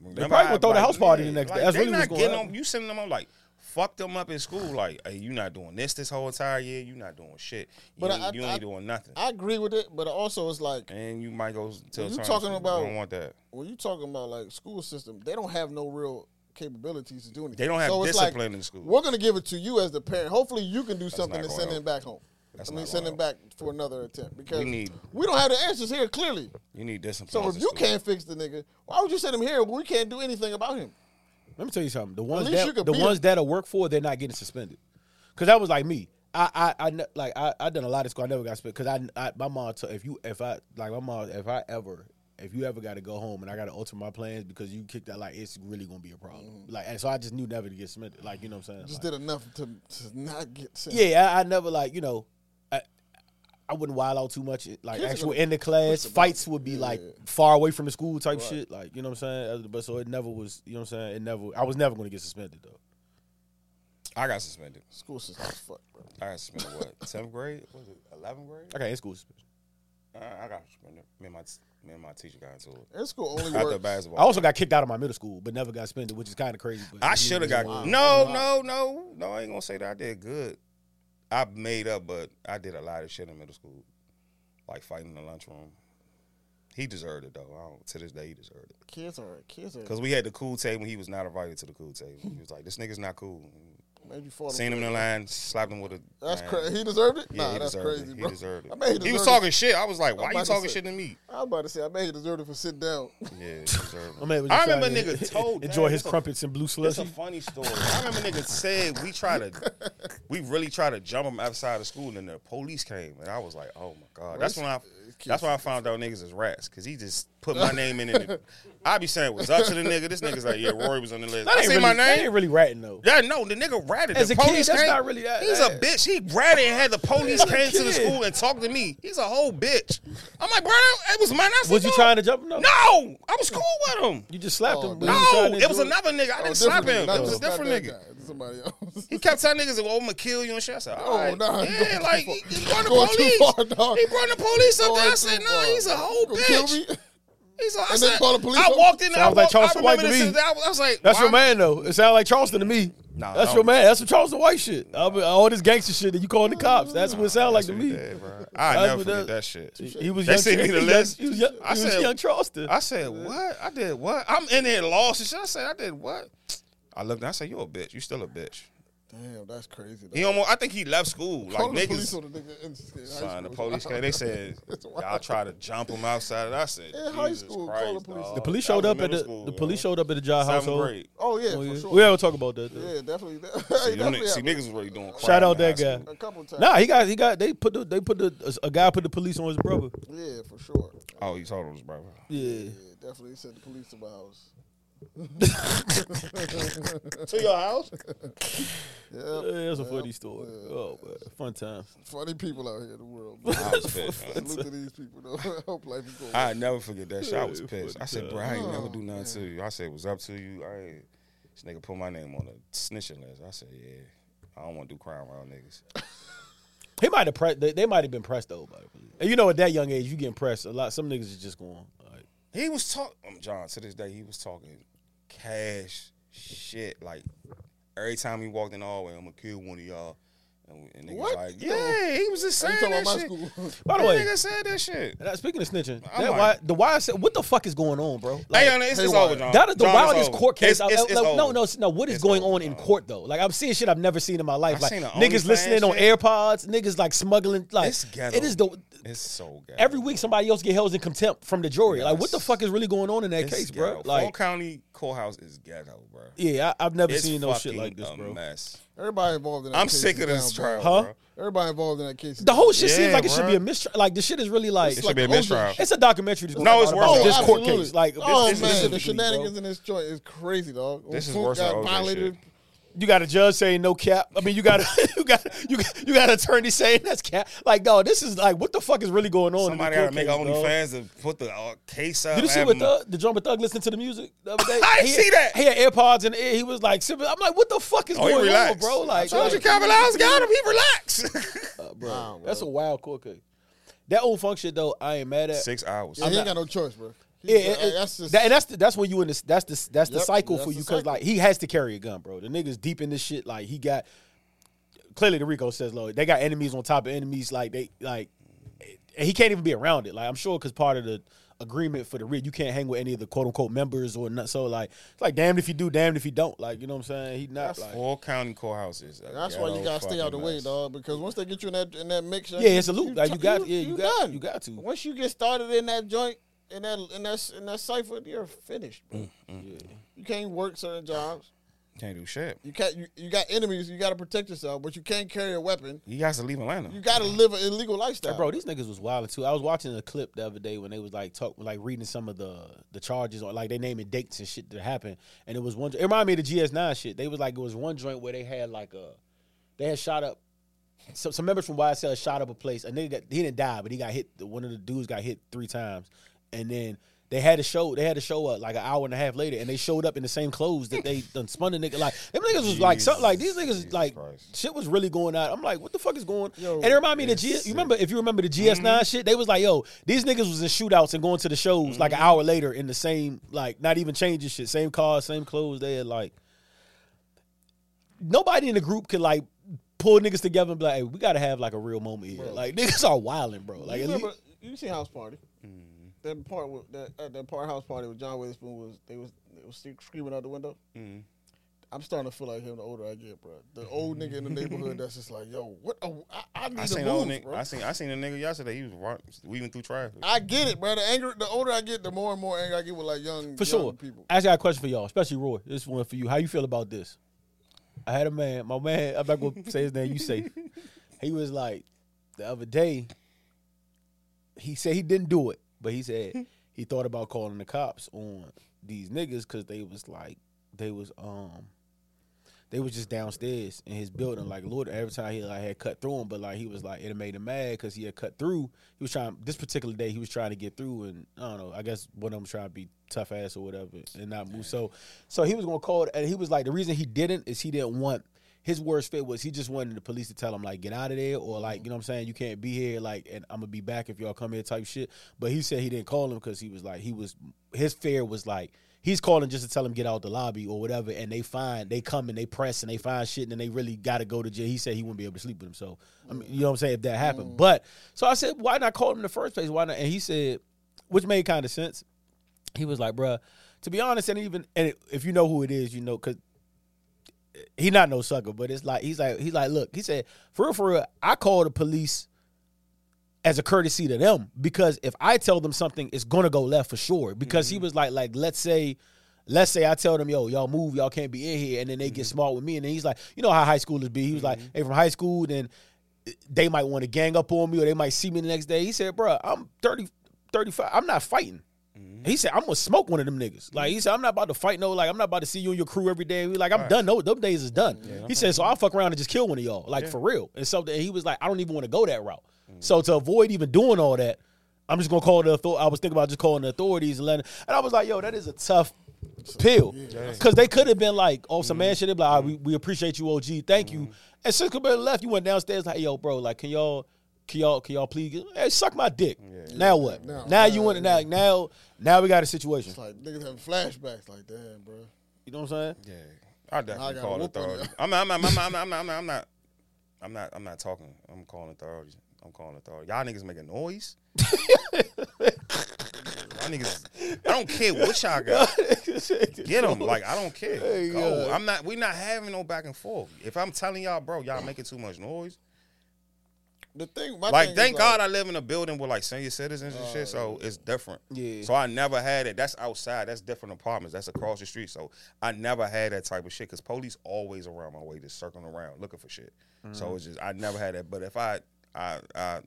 They
probably gonna throw the house party the next day. That's
they
really what's
not
gonna
getting
happen.
on. You sending them on like. Fuck them up in school, like hey, you not doing this this whole entire year. You not doing shit. You,
But
ain't-
I-
you
I-
ain't doing nothing,
I agree with it, but also it's like
and you might go to.
You
alternative
talking
school.
about-
I don't want that.
when you talking about like school system, they don't have no real capabilities to do anything.
They don't have
so it's like,
discipline in school.
We're gonna give it to you as the parent. Hopefully, you can do something
not
to
going
send
out.
him back home.
That's
I mean,
not
send
going
him back for another attempt because we,
need-
don't have the answers here clearly.
You need discipline.
So
in
if you
school.
can't fix the nigga, why would you send him here? when We can't do anything about him.
Let me tell you something. The ones
least you
that
could
the
beat
ones
them.
that I work for, they're not getting suspended. Cause that was like me. I I, I ne- like I I done a lot of school. I never got suspended. Cause I, I my mom. T- if you if I like my mom. If I ever if you ever got to go home and I got to alter my plans because you kicked out, like it's really gonna be a problem. Like and so I just knew never to get suspended. Like you know what I'm saying.
Mm. Just
Like,
did enough to, to not get sent.
yeah, I, I never like you know. I, I wouldn't wild out too much. Like
Kids are
actual
gonna
in the class fights would be like far away from the school type shit. Like you know what I'm saying. But so it never was. You know what I'm saying. It never. I was never going to get suspended though.
I got suspended.
School system is fucked, bro.
I got suspended what? Tenth grade? What Was it eleventh grade?
I got in school suspension.
I, I got suspended. Me and my me and my teacher got into it
And school only
after
works.
I
basketball.
also got kicked out of my middle school, but never got suspended, which is kind of crazy. But
I should have got
Wow.
no, no, no, no. I ain't gonna say that I did good. I made up, but I did a lot of shit in middle school, like fighting in the lunchroom. He deserved it though. I don't, to this day, he deserved it
Kids are kids are
because we had the cool table. and He was not invited to the cool table. He was like, "This nigga's not cool."
made you fall.
Seen him in the line, slapped him with a.
That's
man.
crazy. He deserved it.
Yeah,
nah,
he
that's
deserved
crazy,
it.
bro.
He deserved it.
I mean,
he was
deserved
talking shit. I was like, "Why
I'm
you
about to
talking
say-
shit to me?"
I was about to say, I made he deserved it for sitting down.
Yeah, it deserved it.
I, mean, it was
I
just
remember
trying to
niggas told
enjoy
"Dang,
his
that's a-
crumpets and blue
That's a
slushy.
funny story. I remember niggas said we try to, we really try to jump them outside of school, and then the police came, and I was like, oh my god. That's when I, that's when I found out niggas is rats, cause he just put my name in it. I be saying what's up to the nigga. This nigga's like, yeah, Rory was on the list.
That
I
ain't
see
really,
my
that
name.
ain't really ratting though.
Yeah, no, the nigga ratted.
As
the
a kid,
police
that's
came.
not really that-
He's
that-
a bitch. He ratted and had the police
As a
came to the
kid.
school and talked to me. He's a whole bitch. I'm like, bro, it was mine. I
Was you
said,
trying to jump him? though?
No, I was cool with him.
you just slapped
Oh,
him.
no.
You was trying
No,
to
it was
enjoy
another nigga. I didn't
Oh, different
slap
nigga,
him.
not
It was a
just- not
different
that
nigga.
guy, it's somebody else.
He kept telling niggas, "Oh, I'ma kill you and shit." I said, "Oh,
nah, you
yeah,
going
like
too
he, he
far.
brought the
Going too
police.
far, dog.
he brought the police up there."
Going
I said,
too
"No,
far.
he's a whole
Gonna
bitch.
kill me?
He's a." I
And they
said,
call the police
I
on
walked in. I,
Sounds
walked,
like
I
Charleston
remember
White to
this.
me.
shit. I was, I was like,
That's your
why-
man though. It sounded like Charleston to me.
Nah,
that's
that
your
was-
man. That's some Charleston White shit. I mean, all this gangster shit that you calling the cops. That's what it sounded
That's
like to
what he
me.
did, bro. I
That's
never
what
forget
that-
that shit.
He was.
They
young,
sent me the
he was
list.
Young, he was young,
I
he was
said-
young Charleston.
I said, "What? I did what? I'm in there lost and shit." I said, "I did what?" I looked. and I said, "You a bitch. You still a bitch."
Damn, that's crazy.
He almost. I think he left school. Like
Call the
niggas.
police on the nigga. in- in high
Son, the
school.
police came. They said y'all try to jump him outside. I said,
In high
"Jesus
school,
Christ,
call the police."
dawg."
The
The police
That
showed
was
up at
middle
the
school,
the
bro.
police showed up at the John
Seventh
household.
grade.
Oh yeah,
Oh, yeah.
for sure.
We ever talk about that. Though.
yeah, definitely. that-
See, them,
definitely
niggas- see,
happened.
niggas was really doing.
Shout
crime
out
in high
that guy.
school.
a couple times.
Nah, he got he got they put the they put the a guy put the police on his brother.
Yeah, for sure.
Oh, you told us, bro.
Yeah.
Yeah, definitely sent the police to my house.
To your house?
Yeah,
Yeah, that's a funny story. Oh, man. fun time.
funny people out here in the world. bro.
I was pissed. man.
Salute to these people. Though. I hope life is going. well.
I never forget that shit. I was
Yeah,
pissed.
fuck
I said,
that.
bro, I ain't
Oh,
never do nothing to you. I said, was up to you. I ain't. This nigga put my name on the snitching list. I said, yeah. I don't want to do crime around niggas.
He might have pressed. They, they might have been pressed over by the police. And you know, at that young age, you getting pressed a lot. Some niggas is just going. Like,
He was talking. Um, John to this day, he was talking cash shit. Like every time he walked in the hallway, I'm gonna kill one of y'all. And, and niggas
What?
like,
You know-
yeah, he was just
Are
saying
you
that
talking about my
shit.
school?
by the
That
way,
nigga said that shit.
now, speaking of snitching,
I'm
that
like-
why the why what the fuck is going on, bro?
Like,
Like,
hey, it's, it's
Haywire.
over, John.
That is the
John, it's
wildest
over.
court case.
It's, it's,
I've,
it's
like, no,
over.
no, no. What is
It's
going
over,
on in
John.
court though? Like I'm seeing shit I've never seen in my life.
I
like
seen the
niggas
OnlyFans
listening on
shit.
AirPods, niggas like smuggling. Like
It's ghetto.
it is the
It's so ghetto.
every week somebody else get held in contempt from the jury. like what the
Yes.
fuck is really going on in that
It's
case,
ghetto.
bro? Like
Fall County courthouse is ghetto, bro.
yeah, I, I've never
It's
seen no shit
fucking
like this,
a
bro.
mess.
Everybody involved in that
I'm
case
sick
is
of this
down bad.
trial,
Huh?
bro.
Everybody involved in that case. is
The whole shit seems
Yeah,
like it should
bro.
be a mistrial. Like the shit is really like
It should be a
like
mistrial.
OJ.
it's a documentary. that's
No, it's
about
worse.
this court
Absolutely.
case. Like
oh
this-
man,
this is
the
really,
shenanigans
bro.
in this joint is crazy, dog.
This is
Fook
worse than
got
OJ
violated.
shit.
You got a judge saying no cap. I mean, you got you got you got, you got an attorney saying that's cap. Like, no, this is like what the fuck is really going on?
Somebody
in
gotta
this
make
court case, dog?
OnlyFans and put the uh, case up.
Did you see
have
what
them-
Thug, the drummer Thug listened to the music the other day?
I
he,
see that.
He had AirPods and he was like, sipping. I'm like, what the fuck is
Oh, he
going on,
relaxed,
bro? Like,
I told you,
like,
Calvin Lyles got him. He relaxed.
uh, bro,
Wow, bro.
that's a wild court case. That old funk shit though, I ain't mad at.
Six hours.
Yeah, he ain't
not-
got no choice, bro. He-
Yeah, it-
like,
it-
that's just
that- and that's the, that's when you in this that's the that's the
Yep,
cycle
that's
for
the
you because
cycle.
like he has to carry a gun, bro. The niggas deep in this shit, like he got clearly the Rico says, low. they got enemies on top of enemies, like they like and he can't even be around it. Like I'm sure because part of the agreement for the rig, you can't hang with any of the quote unquote members or not. So like it's like damned if you do, damned if you don't. Like you know what I'm saying? He not like
Four county courthouses. a
that's why you
ghetto
gotta stay out the
fucking
way,
mess.
dog. Because once they get you in that in that mix,
yeah, it's a loop. Like
t-
you got yeah, you got
done.
you got to.
Once you get started in that joint, in that in that in that cipher, you're finished. Bro.
Mm,
You can't work certain jobs.
Can't do shit.
You can't. You, you got enemies. You got to protect yourself, but you can't carry a weapon.
You guys to leave Atlanta.
You got to live an illegal
Hey,
lifestyle,
bro, these niggas was wild too. I was watching a clip the other day when they was like talk, like reading some of the the charges or like they naming dates and shit that happened. And it was one. It reminded me of the GS nine shit. They was like it was one joint where they had like a they had shot up some some members from YSL shot up a place. A nigga got, he didn't die, but he got hit. One of the dudes got hit three times, and then. They had to show. They had to show up like an hour and a half later, and they showed up in the same clothes that they done spun the nigga. Like them niggas was like something like these niggas
Jesus
like
Christ.
shit was really going out. I'm like, what the fuck is going?
Yo,
and it remind me of the G. You remember if you remember the GS9
Mm-hmm.
shit, they was like, yo, these niggas was in shootouts and going to the shows like
Mm-hmm.
an hour later in the same like not even changing shit, same cars, same clothes. They had like nobody in the group could like pull niggas together and be like, hey, we gotta have like a real moment here. Like niggas are wilding, bro. Like
you
at
remember
least,
you seen House Party?
Mm.
That part with that uh, that part House Party with John Witherspoon was they was they was screaming out the window.
Mm.
I'm starting to feel like him the older I get, bro. The old nigga in the neighborhood that's just like, yo, what? A, I, I need
I
to
seen old
move,
nigga.
bro.
I seen I seen a nigga yesterday. He was rock, weaving through traffic.
I get it, bro. The anger, the older I get, the more and more anger I get with like young,
for
young
sure.
people.
I actually got a question for y'all, especially Roy. This one for you. How you feel about this? I had a man, my man, I'm not gonna say his name, you say. He was like, the other day, he said he didn't do it, but he said he thought about calling the cops on these niggas because they was like, they was um they was just downstairs in his building. Like Lord, every time he like had cut through him, but like he was like it made him mad because he had cut through. He was trying this particular day. He was trying to get through, and I don't know. I guess one of them trying to be tough ass or whatever and not move. So, so he was gonna call, it, and he was like the reason he didn't is he didn't want. His worst fit was he just wanted the police to tell him like get out of there or like you know what I'm saying you can't be here like and I'm gonna be back if y'all come here type shit. But he said he didn't call him because he was like he was his fear was like he's calling just to tell him get out the lobby or whatever, and they find they come and they press and they find shit, and then they really got to go to jail. He said he wouldn't be able to sleep with him, so I mean, you know what I'm saying if that happened. But so I said, why not call him in the first place? Why not? And he said, which made kind of sense. He was like, bruh, to be honest, and even and if you know who it is, you know because he not no sucker, but it's like he's like he's like, look, he said, for real, for real, I call the police as a courtesy to them because if I tell them something, it's gonna go left for sure. Because he was like, like let's say. Let's say I tell them, yo, y'all move, y'all can't be in here, and then they get smart with me, and then he's like, you know how high schoolers be. He was like, hey, from high school, then they might want to gang up on me, or they might see me the next day. He said, bruh, I'm 30, 35, I'm not fighting. He said, I'm gonna smoke one of them niggas. Like he said, I'm not about to fight no, like I'm not about to see you and your crew every day. We like, I'm done. No, them days is done. He said, so I'll fuck around and just kill one of y'all, like for real. And so and he was like, I don't even want to go that route. So to avoid even doing all that, I'm just gonna call the author. I was thinking about just calling the authorities and letting. And I was like, yo, that is a tough pill. Because they could have been like, oh, some man shit. They be like, "All right, we, we appreciate you, OG. Thank you. And since Cabrera left, you went downstairs like, yo, bro, like, can y'all, can y'all, can y'all please, get- hey, suck my dick. Now what?
Now-
now you
now-
want to now, now, now we got a situation.
It's like niggas having flashbacks. Like damn, bro.
You know what I'm saying?
Yeah, I
I
definitely
got
call
whooped on
authority.
that.
I'm not, I'm not, I'm not, I'm not, I'm not, I'm not, I'm not, I'm not talking. I'm calling authority. I'm calling authority. Y'all niggas making noise. y'all niggas, I don't care what y'all got. Get them. Like I don't care. Go. I'm not. We're not having no back and forth. If I'm telling y'all, bro, y'all making too much noise.
The thing, my
Like,
thing
thank
is,
God I live in a building with like senior citizens and shit, so it's different.
Yeah.
So I never had it. That's outside. That's different apartments. That's across the street. So I never had that type of shit because police always around my way, just circling around looking for shit. So it's just I never had that. But if I, I, I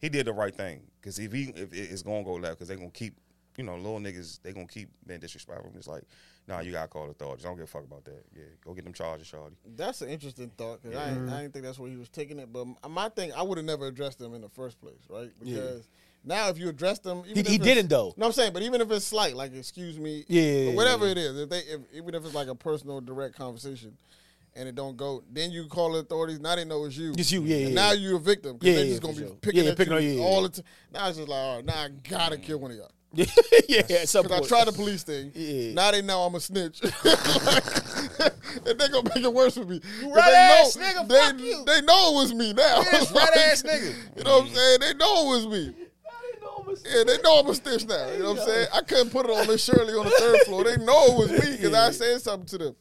he did the right thing because if he, if it- it's gonna go left, because they gonna keep, you know, little niggas, they gonna keep being disrespectful. It's like, nah, you gotta call the authorities. I don't give a fuck about that. Yeah, go get them charges, Charlie.
That's an interesting thought because I,
Mm-hmm.
ain't- I didn't think that's where he was taking it. But m-
my thing, I would have never addressed them in the first place, right? Because now if you address them, even
He-
if
he
it's-
didn't, though.
No, I'm saying, but even if it's slight, like excuse me, or
Yeah.
whatever it is, if they, if, even if it's like a personal, direct conversation, and it don't go, then you call the authorities. Now they know it's you.
It's you, yeah,
And
yeah,
Now
yeah.
you're a victim. 'cause
Yeah,
They're
yeah,
just
for
gonna be
sure.
picking
Yeah,
at
picking
you
on you, yeah,
all the time. Now it's just like, all right, now I gotta kill one of y'all.
yeah, at some
Because I
point.
tried the police thing.
Yeah.
Now they know I'm a snitch. and they gonna make it worse for me. 'Cause they
red-ass
know-
nigga,
they,
fuck you.
They know it was me now.
Yes, red-ass nigga.
You know what I'm saying? They know it was me. Yeah, they know I'm a snitch now. You know what I'm saying? I couldn't put it on Miss Shirley on the third floor. They know it was me because I said something to them.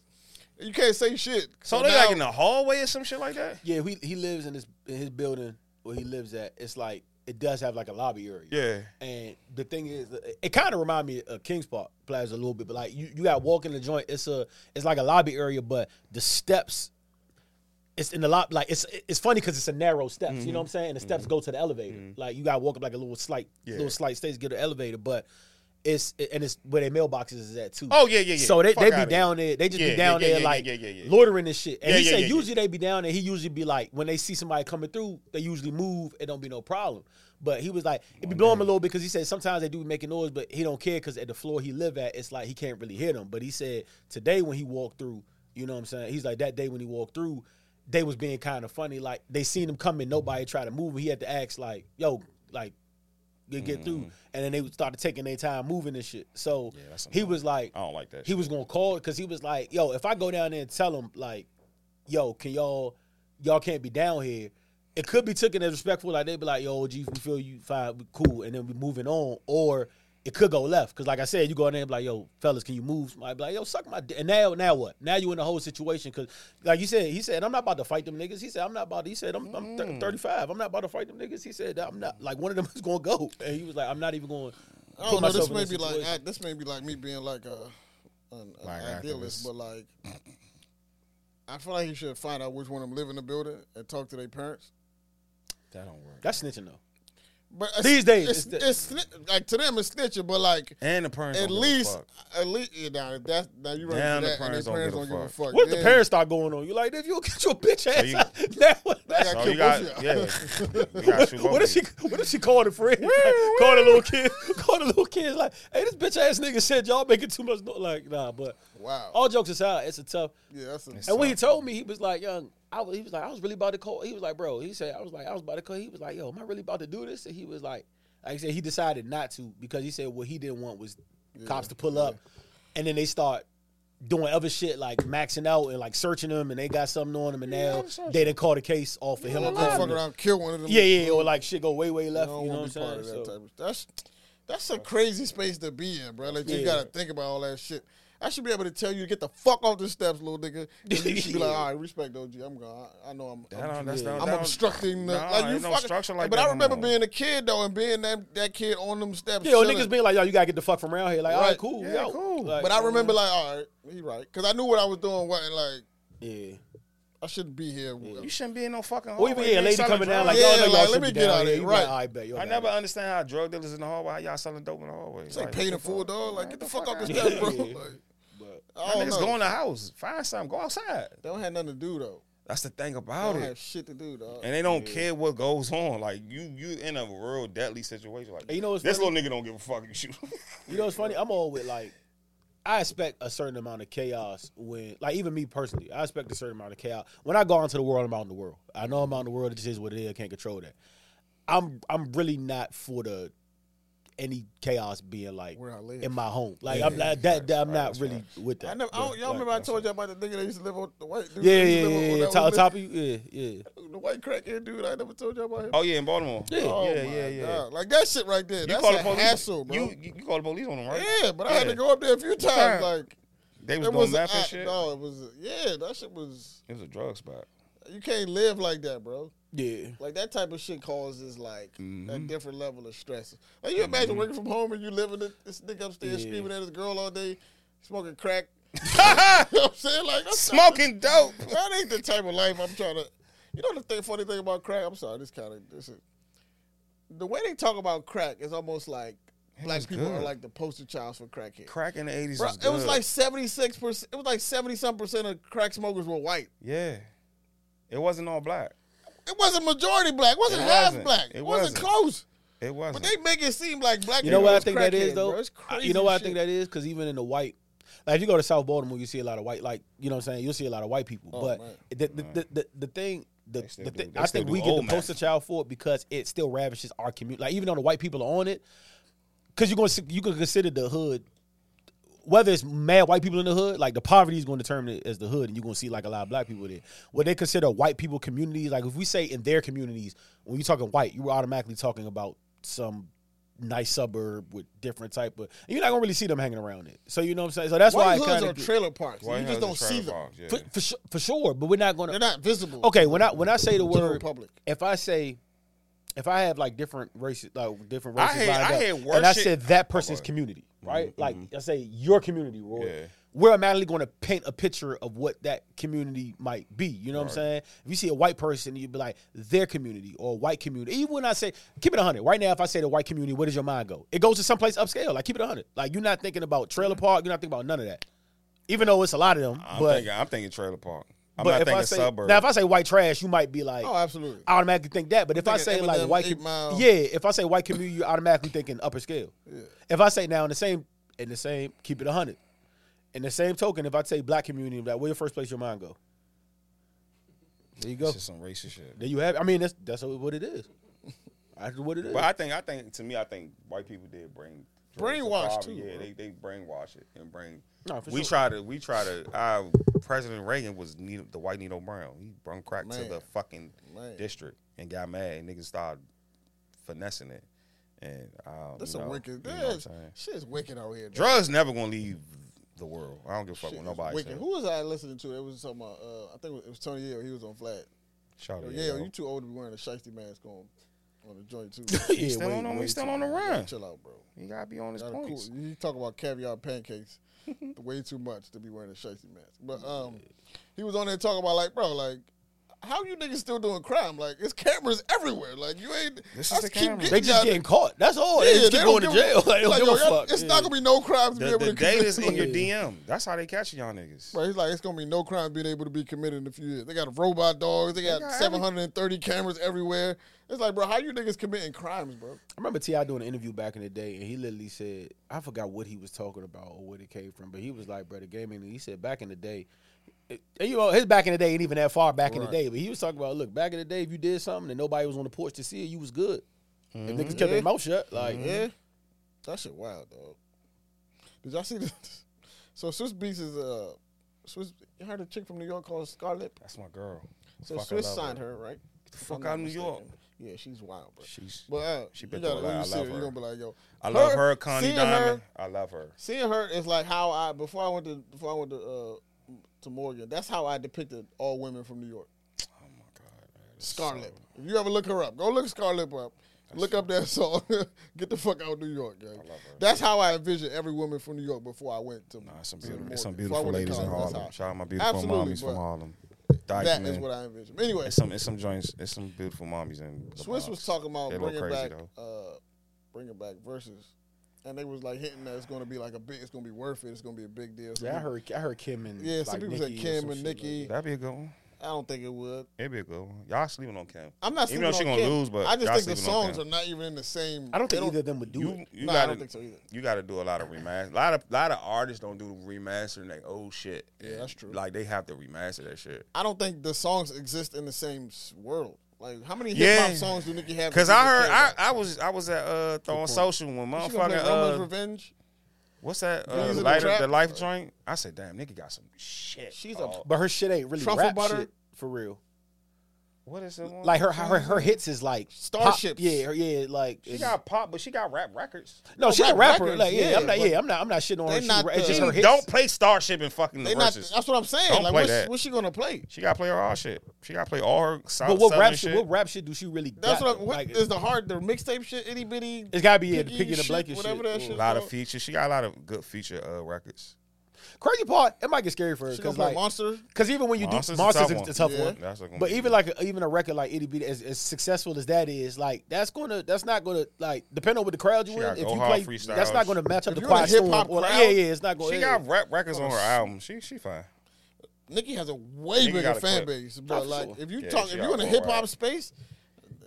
You can't say shit.
So, they like in the hallway or some shit like that.
Yeah, he he lives in his in his building where he lives at. It's like it does have like a lobby area.
Yeah.
And the thing is, uh, it- it kind of remind me of Kings Park Plaza a little bit, but like you, you got to walk in the joint. It's a it's like a lobby area, but the steps. It's in the lot, like it's it's funny because it's a narrow steps. You know
Mm-hmm.
what I'm saying? And the steps go to the elevator. Like you gotta walk up like a little slight, little slight stairs, get the elevator. But it's and it's where their mailboxes is at too.
Oh, yeah, yeah, yeah.
So they,
Fuck
they
outta
be
here.
down there. They just
Yeah,
be
yeah,
down
yeah,
there
yeah,
like
yeah, yeah, yeah.
loitering and shit. And
Yeah,
he
yeah,
said
yeah, yeah.
usually usually they be down there. He usually be like, when they see somebody coming through, they usually move. It don't be no problem. But he was like, it be blowing him a little bit because he said sometimes they do be making noise, but he don't care because at the floor he live at, it's like he can't really hear them. But he said today when he walked through, you know what I'm saying? He's like that day when he walked through, they was being kind of funny. Like they seen him coming, nobody tried to move. him. He had to ask like, yo, like they get through, and then they started taking their time moving and shit. So
Mm. that's
he was like,
I don't like that
He was gonna call because he was like, yo, if I go down there and tell him like, yo, can y'all y'all can't be down here. It could be taken as respectful, like they'd be like, yo, G, we feel you fine, we cool, and then we moving on, or it could go left because, like I said, you go in there and be like, yo, fellas, can you move? Somebody be like, yo, suck my dick. And now, now what? Now you in the whole situation because, like you said, he said, I'm not about to fight them niggas. He said, I'm not about. To, he said, I'm, I'm thir- 35. I'm not about to fight them niggas. He said, I'm not. Like one of them is gonna go, and he was like, I'm not even going.
I don't know. This may be like I, this may be like me being like a an, an
Like an
idealist,
activist.
but like I feel like you should find out which one of them live in the building and talk to their parents.
That don't work.
that's snitching though.
But it's-
These days,
it's,
it's the-
it's sni- like to them it's snitching, but like
And the parents
at
don't give a
least
fuck.
at least you know that now you run
Now
into
the
that and
parents don't
their parents
give a
don't give a
fuck.
fuck.
What if
Yeah.
the parents start going on? You like, if you get your bitch ass
you-
out now, that's,
So
Kill
Oh, you got,
both of y'all.
yeah. You got to shoot both
What
of
if she?
you.
What if she called a friend? Like, called a little kid. Called a little kid. Like, hey, this bitch ass nigga said y'all making too much. No-. Like, nah. But
Wow.
Oh,
all jokes aside, it's a tough.
Yeah, that's a,
and when he told me, he was like, "Young." I was, he was like, I was really about to call. He was like, bro. He said, I was like, I was about to call. He was like, yo, am I really about to do this? And he was like, like I said, he decided not to because he said what he didn't want was cops to pull up, and then they start doing other shit like maxing out and like searching them, and they got something on them, and now they didn't call the case off of him.
I'm gonna fuck around, kill one of them.
Yeah, yeah, or like shit go way, way
I
left.
don't
You know what I'm
want to be part
saying?
of that
So-
type of. That's that's a crazy space to be in, bro. Like you
Yeah.
gotta think about all that shit. I should be able to tell you to get the fuck off the steps, little nigga. And you should be like, all right, respect, OG. I'm gone. I, I know I'm.
That
I'm
don't- that's not-
I'm
that don't-
obstructing the
Nah,
like you
ain't no
fucking.
obstruction like
but
that
I
no
remember
more.
being a kid though, and being that that kid on them steps.
Yeah, yo,
chilling.
niggas being like, yo, you gotta get the fuck from around here. Like, all
Right.
right, cool,
Yeah,
yo.
cool.
Like,
But I remember like, all right, he right, because I knew what I was doing. Wasn't like
yeah.
I shouldn't be here.
You shouldn't be in no fucking
Or
hallway.
even yeah, a
You
lady
selling
coming down
drugs.
like,
Yeah,
y'all know y'all
like,
should
let
be
me
down
get out of
here.
here.
You like,
Right.
all bet, y'all
I
down
never
here.
understand how drug dealers in the hallway, how y'all selling dope in the hallway.
It's like paying in full, dog. Like get the fuck off the
out.
steps, bro.
Yeah.
Like,
But-
I don't
Niggas
know.
go in the house, find something, go outside.
they don't have nothing to do though.
That's the thing
They
about
don't
it.
have shit to do, dog.
And they don't care what goes on. Like you, you in a real deadly situation. Like
And you know what's
this
funny?
little nigga don't give a fuck. You shoot. him.
You know what's funny? I'm all with like I expect a certain amount of chaos when, like, even me personally, I expect a certain amount of chaos when I go out into the world. I'm out in the world. I know I'm out in the world. It just is what it is. I can't control that. I'm I'm really not for the any chaos being like
Where I live.
in my home. Like I'm not that, that I'm not really with that.
I never. I don't, y'all
like,
remember I told you about the nigga that used to live on the white dude.
Yeah,
that used
yeah,
to live on-
yeah.
on
yeah.
that
Top,
one
top of you, yeah, yeah.
little- the white crackhead dude. I never told you about him.
Oh yeah, in Baltimore. Yeah,
Oh,
yeah,
my
yeah, yeah.
God. Like that shit right there.
You
That's
call
a
the police?
hassle, bro.
You, you you call the police on them, right?
yeah, but I had to
Yeah.
go up there a few
time?
times. Like
They was
it
doing
was
meth and
I-
shit.
no, it was yeah. That shit was.
It was a drug spot.
You can't live like that, bro.
Yeah.
Like that type of shit causes like a
Mm-hmm.
different level of stress. Like you imagine working from home and you living it, this nigga upstairs
Yeah.
screaming at his girl all day, smoking crack. you know what I'm saying? Like that's not-
Smoking dope.
that ain't the type of life I'm trying to. You know the thing, funny thing about crack. I'm sorry, this kind of this is the way they talk about crack is almost like black
was
people are
good.
like the poster childs for crackhead.
Crack in the eighties.
Bro,
was
it was
good.
like seventy six percent. It was like seventy some percent of crack smokers were white.
yeah, it wasn't all black.
It wasn't majority black. It wasn't
It
half
wasn't.
black. It,
It
wasn't
wasn't.
close.
It wasn't.
But they make it seem like black.
You know what I
was
think that is
crackhead,
though.
bro. It's
I-
crazy
you know what
shit.
I think that is because even in the white, like if you go to South Baltimore, you see a lot of white. Like you know what I'm saying, you'll see a lot of white people. but
man.
the, the, the the the thing. The,
They still
the
do-
thing
they
I
still
think
do
we get the
old man.
poster child for it because it still ravishes our community. Like even though the white people are on it, because you're going to you can consider the hood whether it's mad white people in the hood, like the poverty is going to determine it as the hood, and you're going to see like a lot of black people there. What they consider white people communities, like if we say in their communities, when you're talking white, you were automatically talking about some nice suburb with different type of. And you're not going to really see them hanging around it. So you know what I'm saying. So that's
White
why I
hoods
kind
are
of
trailer parks.
White
you just
houses
don't
tried
see
to
them.
bombs, yeah.
for, for, su- for sure, but we're not going to
They're not visible.
okay when i when i say the
General
word
public.
if i say if i have like different races like different
I
races
had-
lined
I
up,
had
and i
worship- Mm-hmm,
said that person's community right like i say your community roy
Yeah.
we're automatically going to paint a picture of what that community might be you know what i'm saying if you see a white person you'd be like their community or white community even when i say keep it 100 right now if i say the white community where does your mind go it goes to someplace upscale like keep it 100 like you're not thinking about trailer park you're not thinking about none of that even though it's a lot of them
I'm,
but
thinking, I'm thinking trailer park. I'm
but
not
if
thinking
I say
suburb.
now, if I say white trash, you might be like,
Oh, absolutely.
I automatically think that. But if I say
thinking
like
Eminem,
white,
Eight
com-
Mile.
yeah, if I say white community, you automatically thinking upper scale. If I say now in the same in the same keep it hundred, in the same token, if I say black community, like where your first place your mind go? There you go.
It's just some racist shit.
There you have. It. I mean, that's that's what it is. That's what it is.
But I think I think to me I think white people did bring drugs to
Brainwash,
poverty.
too,
Yeah,
bro.
they they brainwash it and bring.
No, for
we
sure.
try to we try to. Our President Reagan was Nino, the white Nino Brown. He brung crack to
Man.
the fucking
Man.
district and got mad. And niggas started finessing it. And um,
That's
you
a
know,
wicked.
you know what I'm
That's
saying?
shit's wicked out here. dog.
Drugs never gonna leave the world. I don't give a fuck
Shit
what
is
nobody
wicked.
says.
Who was I listening to? It was talking about. Uh, I think it was Tony Yale. He was on flat.
Shout
Yo,
out
yeah,
to
you
you.
too old to be wearing a shiesty mask on on the joint too.
yeah,
Still
wait,
on, the- we
wait.
still on the run.
Chill out, bro.
You gotta be on his
Not a
points.
Cool. You talk about caviar pancakes way too much to be wearing a shiesty mask. But um, he was on there talking about like, bro, like. How you niggas still doing crime? Like it's cameras everywhere. Like you ain't.
This
I
is the
keep
camera.
They
y'all
just getting caught. That's all. they
Yeah,
just keep
they don't
going to
give a-
jail. They don't
like,
give
yo,
a
y'all-
fuck.
It's
Yeah.
not gonna be no crimes being
The,
able
the
to
data's in
commit.
your
Yeah.
DM. That's how they catching y'all niggas.
Right, he's like, it's gonna be no crimes being able to be committed in a few years. They got robot dogs. They got,
got every-
730 cameras everywhere. It's like, bro, how you niggas committing crimes, bro?
I remember Ti doing an interview back in the day, and he literally said, "I forgot what he was talking about or what it came from, but he was like, bro, the gaming." He said, "Back in the day, it- and you know, his back in the day ain't even that far back in the
Right.
day, but he was talking about, look, back in the day, if you did something and nobody was on the porch to see it, you was good. If
Mm-hmm.
niggas kept their mouth shut, like,
Mm-hmm.
Yeah, that shit wild, dog. Did y'all see this? So Swiss Beats is uh, Swiss. You heard a chick from New York called Scarlett.
That's my girl.
So
Fuck, I
Swiss
love
signed her, right? Get the
fuck out of New York.
Yeah, she's wild, bro.
She's.
But uh,
She
you
been
gotta-
through a
when
lot. I
you see
love her.
her, You're gonna be like, yo,
I love her, Connie
seeing
Diamond.
her-
I love her.
seeing her is like how I before I went to before I went to uh, to Morgan. That's how I depicted all women from New York.
Oh my god, man. This is
Scarlett. If you ever look her up, go look Scarlett up. Look up that song. Get the fuck out of New York, gang. That's how I envision every woman from New York before I went to.
Nah, it's some
to
beautiful, it's
Morgan.
some
Before I
beautiful
went to
ladies in
college, that's
Harlem.
how-
Shout out my beautiful
Absolutely,
mommies
but
from Harlem.
That
Dykeman.
is what I envision. Anyway,
It's some, it's some joints. It's some beautiful mommies in. the
Swiss
Bronx.
was talking about
They a little
bringing
crazy
back,
though.
uh, bringing back verses, and they was like hinting that it's going to be like a big, it's going to be worth it. It's going to be a big deal. So
yeah, I heard, I heard Kim and
Yeah, some
like,
people
Nicki
said
or
Kim
some
and
shit like
Nicki.
That'd be a good one.
I don't think it would.
It'd be a good one. Y'all sleeping on Kim.
I'm not
Even
sleeping
though
on
she gonna
Kim.
lose, but
I just
y'all
think the
sleeping on
songs are
Kim.
not even in the same.
I don't
they
think either of them would do
You
it.
you
Nah, I
gotta
don't think so either.
you gotta do a lot of remaster. A lot of lot of artists don't do remastering like old shit.
Yeah, that's true.
Like they have to remaster that shit.
I don't think the songs exist in the same s- world. Like how many hip
Yeah.
hop songs do Nicki have?
Cause
that
I
people
heard
care
I,
about?
I was I was at uh throwing social when
She gonna play
motherfucking
Roma's
uh,
Revenge.
what's that
Breeze
uh,
in the
light
Trap.
the life joint. I said, damn, nigga got some shit.
She's a-
dog.
But her shit ain't really
Truffle
rap
butter?
shit for real.
what is it? one?
Like her her her hits is like
Oh, Starships.
Pop, yeah, her, yeah, like
She got pop, but she got rap records.
no, she's a
rap
rapper.
records,
like yeah,
yeah,
I'm not
but
yeah, I'm not I'm not shitting on
they
her. She,
not
it's just
the-
her hits.
Don't play Starship and fucking
They
the
not.
verses.
That's what I'm saying.
Don't
like
play
what's,
that.
what's she gonna play?
she gotta play her all shit. She gotta play all her south,
But what
southern
rap shit?
shit.
What rap shit do she really?
That's
got,
what. I, what
like,
is the hard the mixtape shit? Itty bitty.
It's gotta be a
Piggy
piggy in the
shit,
blanket
whatever
shit.
that
Yeah.
shit-
a lot of features. She got a lot of good feature uh, records.
Crazy part, it might get scary for her
She gonna
because
play
like
Monster.
because even when you
Monster's a
do monsters,
tough
it's
one.
a tough
Yeah.
one.
That's like
But even like a, even a record like itty bitty, as, as successful as that is, like that's gonna that's not gonna like depending on what the crowd you
She
in.
got
If
Go
you
Hard
play,
Freestyle.
that's not gonna match up
If
the
you're in a
quiet
hip-hop
storm. Or, like,
crowd,
yeah, yeah, it's not gonna.
she
yeah.
got rap records on her album. She she fine.
Nicki has a way
Nicki
bigger
got a
fan
clip.
base, but
for
like
sure.
if you
Yeah,
talk,
she
if you're in
got
a
all
hip hop
right.
space,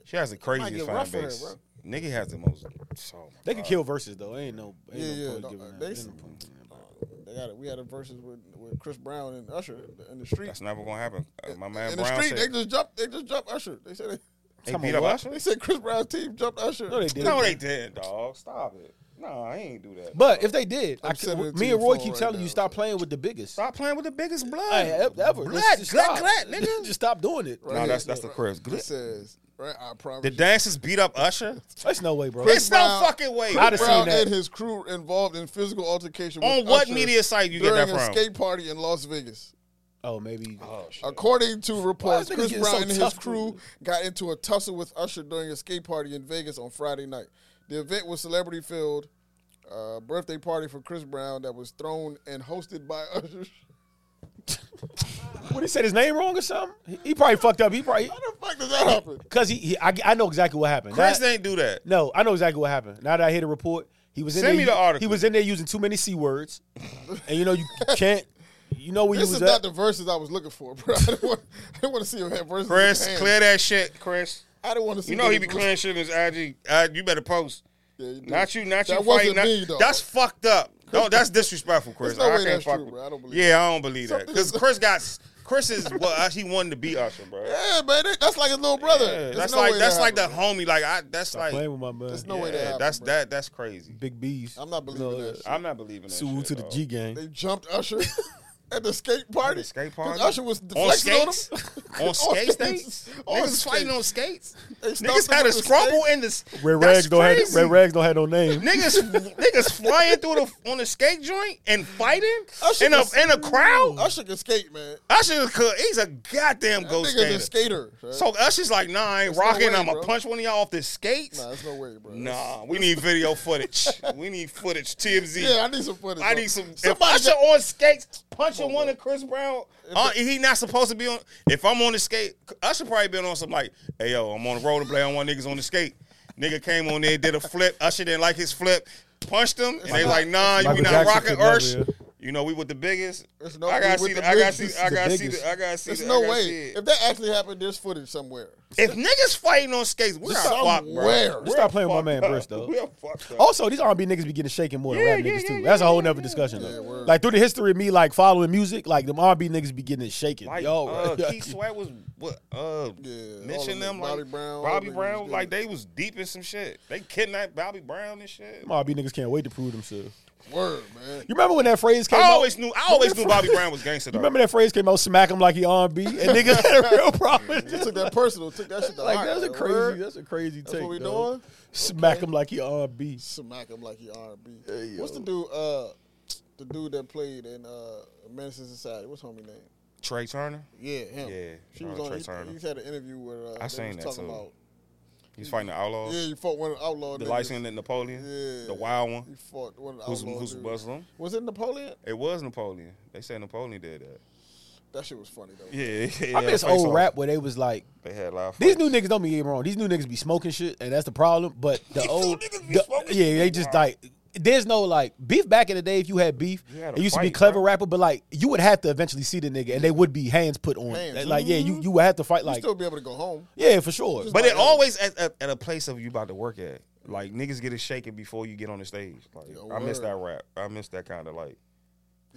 She has the
get
craziest fan
rough for her,
base.
bro.
Nigga has the most. Oh my
They could kill verses though. Ain't no. Ain't
Yeah, yeah,
no point
no,
giving
uh,
that.
they
Ain't
s-
no point giving that.
they got it. We had a versus with, with Chris Brown and Usher in the street.
That's never gonna happen. Uh, My man
in the
Brown said
street, they just jumped. They just jumped Usher. They said
they,
Come
beat
on,
up
what?
Usher.
they, they said Chris Brown's team jumped Usher.
No, they did.
No, they didn't, dog. Stop it. No, I ain't do that.
But if they did, I
I'm
could,
sending it to
me
your
and Roy
phone
keep
right
telling
now.
you stop playing with the biggest.
stop playing with the biggest blood.
Hey, ev- ever.
Blood,
Let's just
glut,
stop.
glut, nigga.
Just stop doing it.
no,
here.
that's that's the Chris.
It says right. I promise.
The
you.
dancers beat up Usher.
There's no way, bro.
Chris
It's no
Brown-
fucking way.
I'd have
Chris
seen
Brown
that.
and his crew involved in physical altercation.
On
with
what
Usher
media site you get
during
that from?
A skate party in Las Vegas.
Oh, maybe.
According to reports,
niggas
Chris
getting
Brown
so
and his
tough,
crew
dude?
got into a tussle with Usher during a skate party in Vegas on Friday night. The event was celebrity filled, uh, birthday party for Chris Brown that was thrown and hosted by Usher.
What he said his name wrong or something? He, he probably fucked up. He probably
How the fuck does that happen?
because he, he I, I know exactly what happened.
Chris
That-
ain't do that.
no, I know exactly what happened. Now that I hear the report, he was in
Send
there,
me the article.
He was in there using too many c words, and you know you can't. You know where
This
you
is
was
not
at.
the verses I was looking for, bro. I didn't want, I didn't want to see him have verses. in his
Chris,
hand.
clear that shit, Chris.
I didn't want to see.
You know he
him-
be clearing shit in his IG. Uh, you better post.
Yeah, you do.
Not you, not
That
you fighting.
wasn't
not-
me, though.
that's fucked up. No, that's disrespectful, Chris.
There's no
I
way
can't
that's
fuck
true,
with-
bro. I don't believe
Yeah, I don't believe that because Chris got Chris is what uh, he wanted to be Usher, bro.
Yeah, man, that- that's like his little brother.
Yeah,
There's
that's
no
like
way
that's
that
like the
happened,
homie. Like I, that's like
Playing with my man.
no
yeah,
way that happened,
that's
bro.
that that's crazy.
Big B's.
I'm not believing
No,
that. Shit.
I'm not believing that.
Sue
shit,
to the
dog.
G gang.
They jumped Usher at the skate party.
the skate
'Cause
party?
Usher was
on
flexing on,
skates,
him.
on skates,
skates.
skates.
On
niggas fighting on
skates.
skates.
They stomped
Niggas
him
had a
with the
scrabble in this.
Red
that's
rags don't have.
crazy.
Red rags don't have no name.
Niggas, niggas flying through the on the skate joint and fighting
Usher
in a
was-
in a crowd.
Usher can skate, man.
Usher, could, he's a goddamn
That
ghost
nigga's
skater.
a skater. Right?
So Usher's like, nah, I ain't
no
rocking.
way,
I'ma
bro.
punch one of y'all off the skates.
nah, there's no way, bro.
Nah, we need video footage. we need footage. TMZ.
Yeah, I need some footage.
I
bro.
need some. If
Somebody
Usher
got-
on skates punching one of Chris Brown, uh, he not supposed to be on. If I'm on the skate, Usher probably been on some like, hey yo, I'm on the rollerblade. I want niggas on the skate. Nigga came on there, did a flip. Usher didn't like his flip, punched him, and they was like, nah, you
Michael
not
Jackson
rocking
could never,
Usher.
yeah.
You know we with the biggest.
There's no
I
we
gotta
with
see.
the
the- I gotta
biggest.
see. I
The
gotta see.
biggest.
the- I gotta see.
There's
the- I
no
gotta
way.
see it.
If that actually happened, there's footage somewhere.
If niggas fighting on skates, we're fucked,
Somewhere.
bro.
Just
We're
stop playing with my
fucked
man
up.
Briss, though.
We're fucked up.
Also, these R&B niggas be getting shaken more than
Yeah,
rap
yeah,
niggas
yeah,
too.
yeah,
That's a whole
yeah,
nother
yeah,
discussion
yeah,
though.
word.
Like through the history of me, like following music, like them R&B niggas be getting it shaken.
Like
Yo,
uh,
right.
Keith Sweat was what uh
Yeah, all of
mentioned
them,
them
Bobby
like
Brown, all
Bobby
niggas
Brown
was
like
good.
they was deep in some shit. They kidnapped Bobby Brown and shit.
Them R&B niggas can't wait to prove themselves.
Word, man.
You remember when that phrase came
I
out?
always knew I always knew Bobby Brown was gangster
you
though.
remember that phrase came out? Smack him like he R&B, and niggas had a real problem.
You took that personal. Took that shit to
like
heart,
that's a
man.
crazy,
Word.
that's a crazy
That's
take.
what we
dog.
doing.
Smack him like he R&B.
Smack him like he R&B. What's the dude? Uh, the dude that played in uh, Menace to Society. What's homie name?
Trey Turner.
Yeah, him.
Yeah,
she
uh,
was
Trey
on.
Turner.
He, he's had an interview where uh,
I
they
seen
was
that,
talking
too.
about.
He's fighting the outlaw.
Yeah, you fought one of the outlaw.
the
niggas.
license that Napoleon.
Yeah.
The wild one.
He fought one of the
Who's
outlaw.
who's
dudes.
Muslim?
Was it Napoleon?
It was Napoleon. They said Napoleon did that.
That shit was funny though.
Yeah, yeah
I mean, it's
face
old
off.
rap where they was like,
They had live.
These new niggas don't be getting wrong. These new niggas be smoking shit, and that's the problem. But the
These new
old,
niggas be
the-
smoking
yeah,
shit,
they just
wow.
like there's no like beef back in the day. If you had beef,
You had a
it used to be
fight,
clever
bro.
rapper, but like you would have to eventually see the nigga, and they would be hands put on. it.
Hands.
Like yeah, you you would have to fight
You
like
still be able to go home.
yeah for sure.
But it always at, at, at a place of you about to work at. Like niggas get it shaken before you get on the stage. Like
Yeah,
I miss
word.
that rap. I miss that kind of like.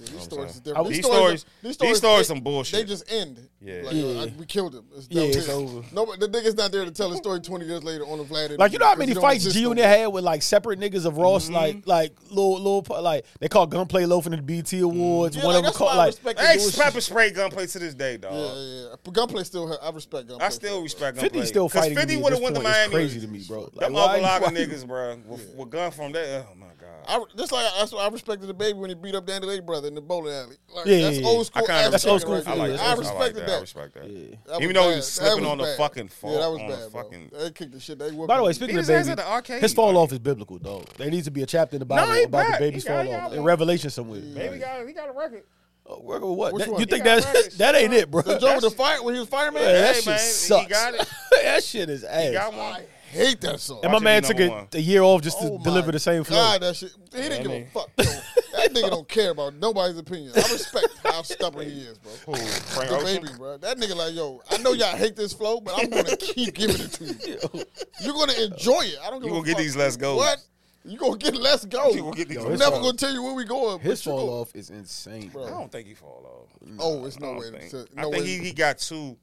Yeah,
know
these,
what I'm
stories is
saying?
different.
These stories- these stories
they-
some bullshit.
They just end.
Yeah.
like,
Yeah.
uh, I- we killed him. It's
Yeah,
done.
it's over.
No, but the nigga's not there to tell the story twenty years later on the Vlad.
Like you know how
interview,
many
'cause he don't
fights
exist
G
no
Unit
more.
had with like separate niggas of Ross, like like little little like they call Gunplay Loaf in the BT Awards.
Yeah,
One
like,
of them
that's why
called
I
like
respect the
Hey,
dude.
pepper spray gunplay to this day, dog.
Yeah, yeah, yeah. But Gunplay still, ha- I respect Gunplay.
I still
for it,
respect gunplay.
Fifty still
'Cause
fighting.
50
Fifty
would have won the Miami.
Crazy to me, bro.
Them
why you-
Oklahoma
why you-
niggas, bro, with, with gun from that. Oh my god.
bro. I, that's like that's why I respected the baby when he beat up Danny Lake brother in the bowling alley. Like,
Yeah,
that's
yeah, yeah.
old school.
I kind of
ass
that's old
kicking
school
Right
I
for
there.
like
you.
that.
I
That's-
like
respected
I
that.
respect that.
Yeah.
That
Even though he
bad.
was
That
slipping on the
bad.
fucking fall
Yeah, that was
on
bad.
the
bro.
fucking-
They kicked the shit. They
By the way,
whooped him.
speaking
Beat
of
his ass
baby,
at the arcade,
his fall
like-
off is biblical, dog. There needs to be a chapter in the Bible
No, he
about
back.
the baby's
He got-
fall
he
off
got
in
one.
Revelation somewhere.
Baby got he got a record.
Oh, work with what?
Which
That-
one?
you think
He got
that
records.
that ain't it, bro?
the
That,
joke with the fire when he was fireman.
yeah, that
Hey,
shit
man, he
sucks.
got it.
that shit is ass.
Got one.
I hate that song.
and
Watch
my
it
man
be
took
number
a,
one.
a year off just
Oh
to
my
deliver the same flow.
God, that shit. He didn't give a
man.
fuck. Though. That nigga don't care about nobody's opinion. I respect how stubborn he is, bro.
Who? Frank
The
Ocean?
baby, bro. That nigga like, yo, I know y'all hate this flow, but I'm gonna keep giving it to you. You're gonna enjoy it. I don't. Give
You
a
gonna get
fuck.
these let's go's.
What? You gonna get let's go?
You gonna get these
I'm
let's
never
go's.
gonna tell you where we going.
His
but you
fall
gonna-
off is insane,
I
bro.
don't think he fall off.
Oh, it's no
I
way.
don't think.
to-
I
no
think
way.
he, he got two.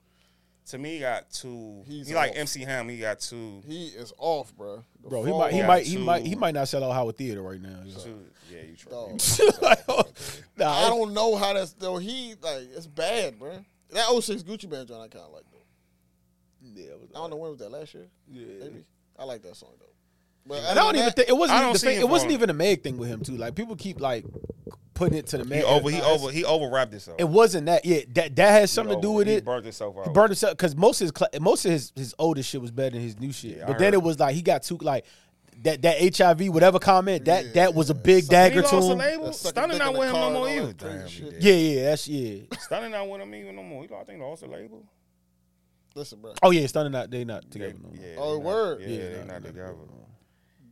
To me, he got two.
He's
he like
off.
MC Ham. He got two.
He is off, bro. The
Bro, he
fall
might, he
got
off,
might, he
two.
might, he might not sell out Howard Theater right now. yo.
two. Yeah, you try.
dog.
Like, oh, nah,
I don't know how that's though. He like it's bad, bro. That 06 Gucci Band joint I kind of like though.
yeah, it was-
I don't know when was that last year. Yeah, maybe. I like that song though. But
And I don't
other than
even
that,
think it wasn't.
I
Even
don't
the
see
thing,
him
it wasn't
on-
even a Meg thing with him too. Like people keep like putting it to the Meg.
He over. He
Nah,
over. He overwrapped himself.
It wasn't that. Yeah, that that has something
He
to do
over-
with
he
it.
Burnt himself out.
He burned himself because most of his cla- most of his his oldest shit was better than his new shit.
Yeah, I
but then
heard.
it was like he got too like that that HIV whatever comment that
Yeah,
that was a big dagger
he
to
lost a
him.
label.
sucking
Stunning
dick
not
in the
with him
car
no
and
more
all
either.
that crazy
Damn, he
shit.
did.
Yeah, yeah, that's yeah.
Stunning not with him even no more. He, lost- I think he lost the label.
listen, bro.
Oh yeah, it's not not they not together no more.
Yeah,
Oh,
they not-
word.
Yeah,
Yeah,
they
nah,
not
nah,
together.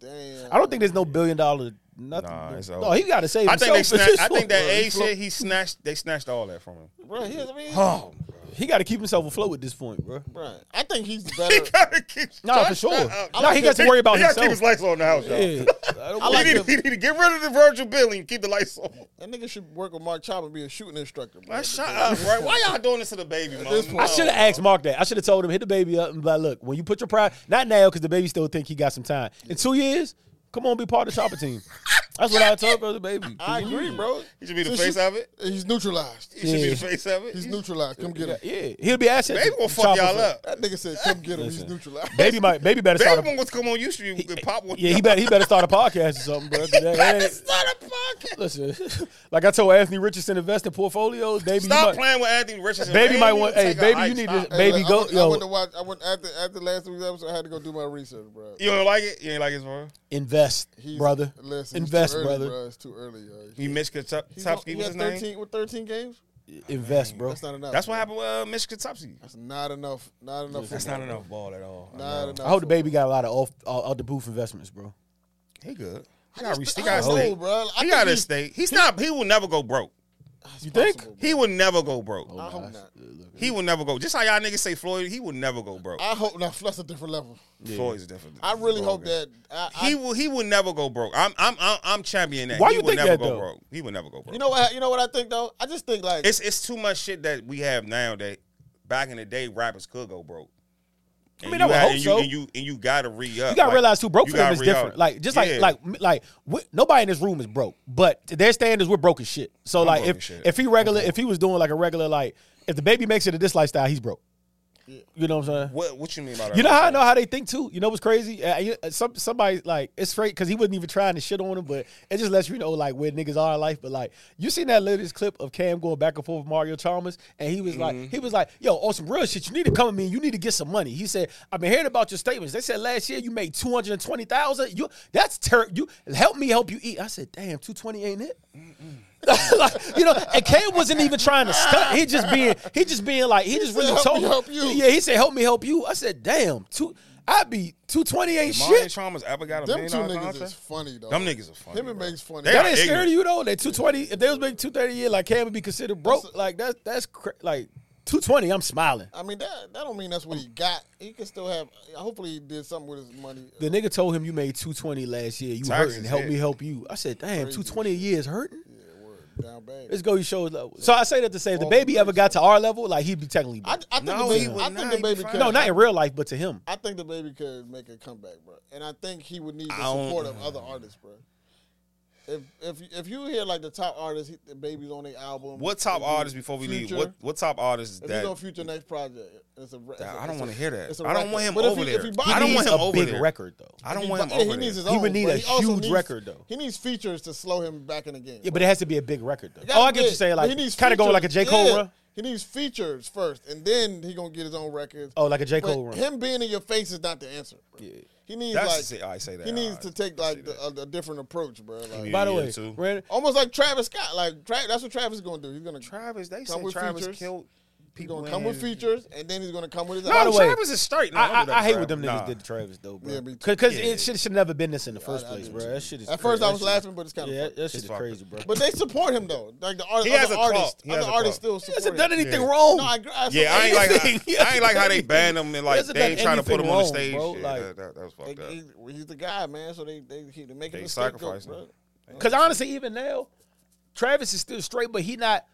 Damn.
I don't think there's no billion dollar nothing.
Nah, it's
no,
over.
he got to save
I
himself.
think they.
for
Snatched,
this
I think that
one.
A shit. He snatched. They snatched all that from him.
bro. He, I mean,
Oh,
he got to keep himself afloat at this point, bro.
bro. I think he's
he
better.
gotta keep.
Nah, for
Shut
sure.
up.
Nah, he got to worry about
uh, He gotta keep
himself.
his lights on the house, y'all.
Yeah, I don't
I like
he,
him.
need, he need to get rid of the Virgil Billy and keep the lights on.
That nigga should work with Mark Chopper and be a shooting instructor. Bro.
Man, shut up, right? Why y'all doing this to the baby, man?
this point-
I should have asked Mark that. I should have told him hit the baby up and be like, look, when you put your pride, not now because the baby still think he got some time. In two years, come on, be part of the chopper team. That's what I told brother baby.
I agree, bro.
He should be the
Since
face
you-
of it.
He's neutralized.
He should be
Yeah.
the face of it.
He's neutralized. Come get him.
Yeah, he'll be asking.
Baby gonna fuck y'all up.
That nigga said, "Come get him." He's neutralized.
Baby might, baby better
Baby
start.
one
A,
was come on you street and pop one.
yeah, he better, he better start a podcast or something, bro. That- that ain't-
Stop the podcast.
listen, like I told Anthony Richardson, invest in portfolios. Baby, you
Stop
might-
playing with Anthony Richardson.
Baby might want-
take a
hey, baby,
hike.
you need
Stop.
to- Baby,
I
go-
went, I
yo.
went to watch. I went after after last week's episode. I had to go do my research, bro.
You don't like it? You ain't like it, bro?
invest,
He's-
brother.
listen, it's too
invest,
early,
brother.
bro. It's too early, yo.
You missed
He's
Katopsky.
on-
What's
he
his
had
name?
13 with 13 games.
Invest, bro.
That's not enough.
That's what
bro.
happened with uh, Mitch Katopsky.
That's not enough. Not enough.
That's
football.
not enough ball at all.
Not enough.
I hope the
football.
baby got a lot of off, off, off the booth investments, bro.
He good. He
I
got, re-
just-
he
I
got a
don't know,
stake.
bro. I
He
think
got a
he's-
stake. He's not. He will never go broke.
That's
You think?
possible, bro.
He will never go broke.
Oh,
I hope not.
He will never go. Just how y'all niggas say Floyd, he will never go broke.
I hope not. That's a different level.
Floyd's different.
I really
Bro,
hope
guy.
that. I, I,
he will. He will never go broke. I'm. I'm. I'm, I'm championing that.
Why
he
you
will
think
never
that,
go
though?
broke. He will never go broke.
you know what? You know what I think though. I just think like
it's it's too much shit that we have now that back in the day rappers could go broke. And
mean, I
you
would
had-
hope
and
so.
You, and you and you gotta re up.
You gotta realize too, broke
you
for them
gotta
is
re-up.
different. Like just
Yeah.
like like m- like we, nobody in this room is broke, but to their standards we're broke as shit. So like
broke
if
as shit.
if he regular if he was doing like a regular like if the baby makes it to this lifestyle, he's broke. You know what I'm saying?
what what you mean by that?
You know how I know how they think too. You know what's crazy? Uh, you- uh, some somebody like it's straight because he wasn't even trying to shit on him, but it just lets you know like where niggas are in life. But like you seen that latest clip of Cam going back and forth with Mario Chalmers, and he was
Mm-hmm.
like, he was like, yo, on some real shit, you need to come with me. and You need to get some money. He said, I've been hearing about your statements. They said last year you made two hundred and twenty thousand. You that's ter- you help me help you eat. I said, damn, two twenty ain't it? like, you know, and Kane wasn't even trying to stunt. He just being, he just being like, he just really
said, "Help
told
me help you."
Yeah, he said, "Help me help you." I said, "Damn, two. I be two twenty ain't
Marlon
shit.
Chalmers ever got a
Them
million
two
dollar
niggas is
contract?
funny though.
Them niggas are funny.
Him and
bro.
Banks funny.
They
That
are
ain't scared
ignorant.
of you though. That two twenty. If they was making two thirty a year, like Cam would be considered broke.
That's
like that's that's cra- like two twenty. I'm smiling.
I mean that that don't mean that's what he got. He can still have. Hopefully he did something with his money.
The nigga told him you made two twenty last year. You
Taxes,
hurting. Help
yeah.
me help you. I said, damn,
Crazy
two twenty a year is hurting.
Yeah, word down bad.
Let's go. You show level. So I say that to say if the
Well,
baby ever got to our level, like he'd be technically.
I,
broke.
I think
No,
the
he
baby.
would
I think
not.
the baby.
He
Could,
no, not in real life, but to him.
I think the baby could make a comeback, bro. And I think he would need the
I don't-
support of other artists, bro. If if if you hear like the top artists, he- the baby's on their album.
What top
if you-
artists before we leave?
Future.
What what top artists
If you go
that?
future next project, it's a. It's
Nah,
a
I don't
it's
wanna
a-
hear that.
it's a
I don't
record.
want him
But if
over
he-
there.
If he
I
buys
don't
He
want
needs
him
a
over
big
there.
record though.
I don't
he
want him
bu-
over
yeah, he needs his
there.
own.
He would need
but
a
he also
huge
needs-
record, though.
He needs features to slow him back in the game.
Yeah,
bro.
but it has to be a big record though.
Gotta
Oh, I get
be
what
big.
you're saying.
But
Like
he needs
kind of going like a
features.
J Cole
Yeah.
run.
He needs features first, and then he gonna get his own records.
Oh, like a J Cole
But
run.
him being in your face is not the answer. bro.
Yeah.
He needs
That's
like
say, I say that.
he needs
I
to take
say
like
that.
the, a, a different approach, bro. Like,
Yeah.
By the way,
too.
Brandon,
Almost like Travis Scott. Like Tra- that's what Travis is gonna do. He's gonna
Travis. They
Come
said
with
Travis
features.
killed
He's
people.
gonna come with
in-
features, and then he's gonna come with his.
By the
album.
way,
Travis is straight. No,
I,
I'm with
I, I hate what
Travis.
them
Nah.
niggas did to Travis though, bro.
Yeah, me too.
Because
Yeah.
it should should never been this in the first
I
place,
do
bro.
too.
That shit is.
At first, I
that
was
shit-
laughing, but it's kind of
Yeah, that shit is
fucked
crazy, bro.
But they support him though. Like the art,
He
other
has a clout.
artists,
He has
other
a
artists still
clout.
he hasn't
support
done
him.
anything
Yeah.
wrong.
No, I agree. I
Yeah, I ain't like
Anything.
how, I ain't like how they banned him and like
Hasn't
they ain't
done
trying to put him on the
anything
stage.
wrong, bro.
Yeah,
Like-
that, that, that was
They,
fucked up.
he, he's the guy, man. So they they keep they making
They
him
sacrificing
scapegoat,
him.
bro.
Because honestly, even now, Travis is still straight, but he not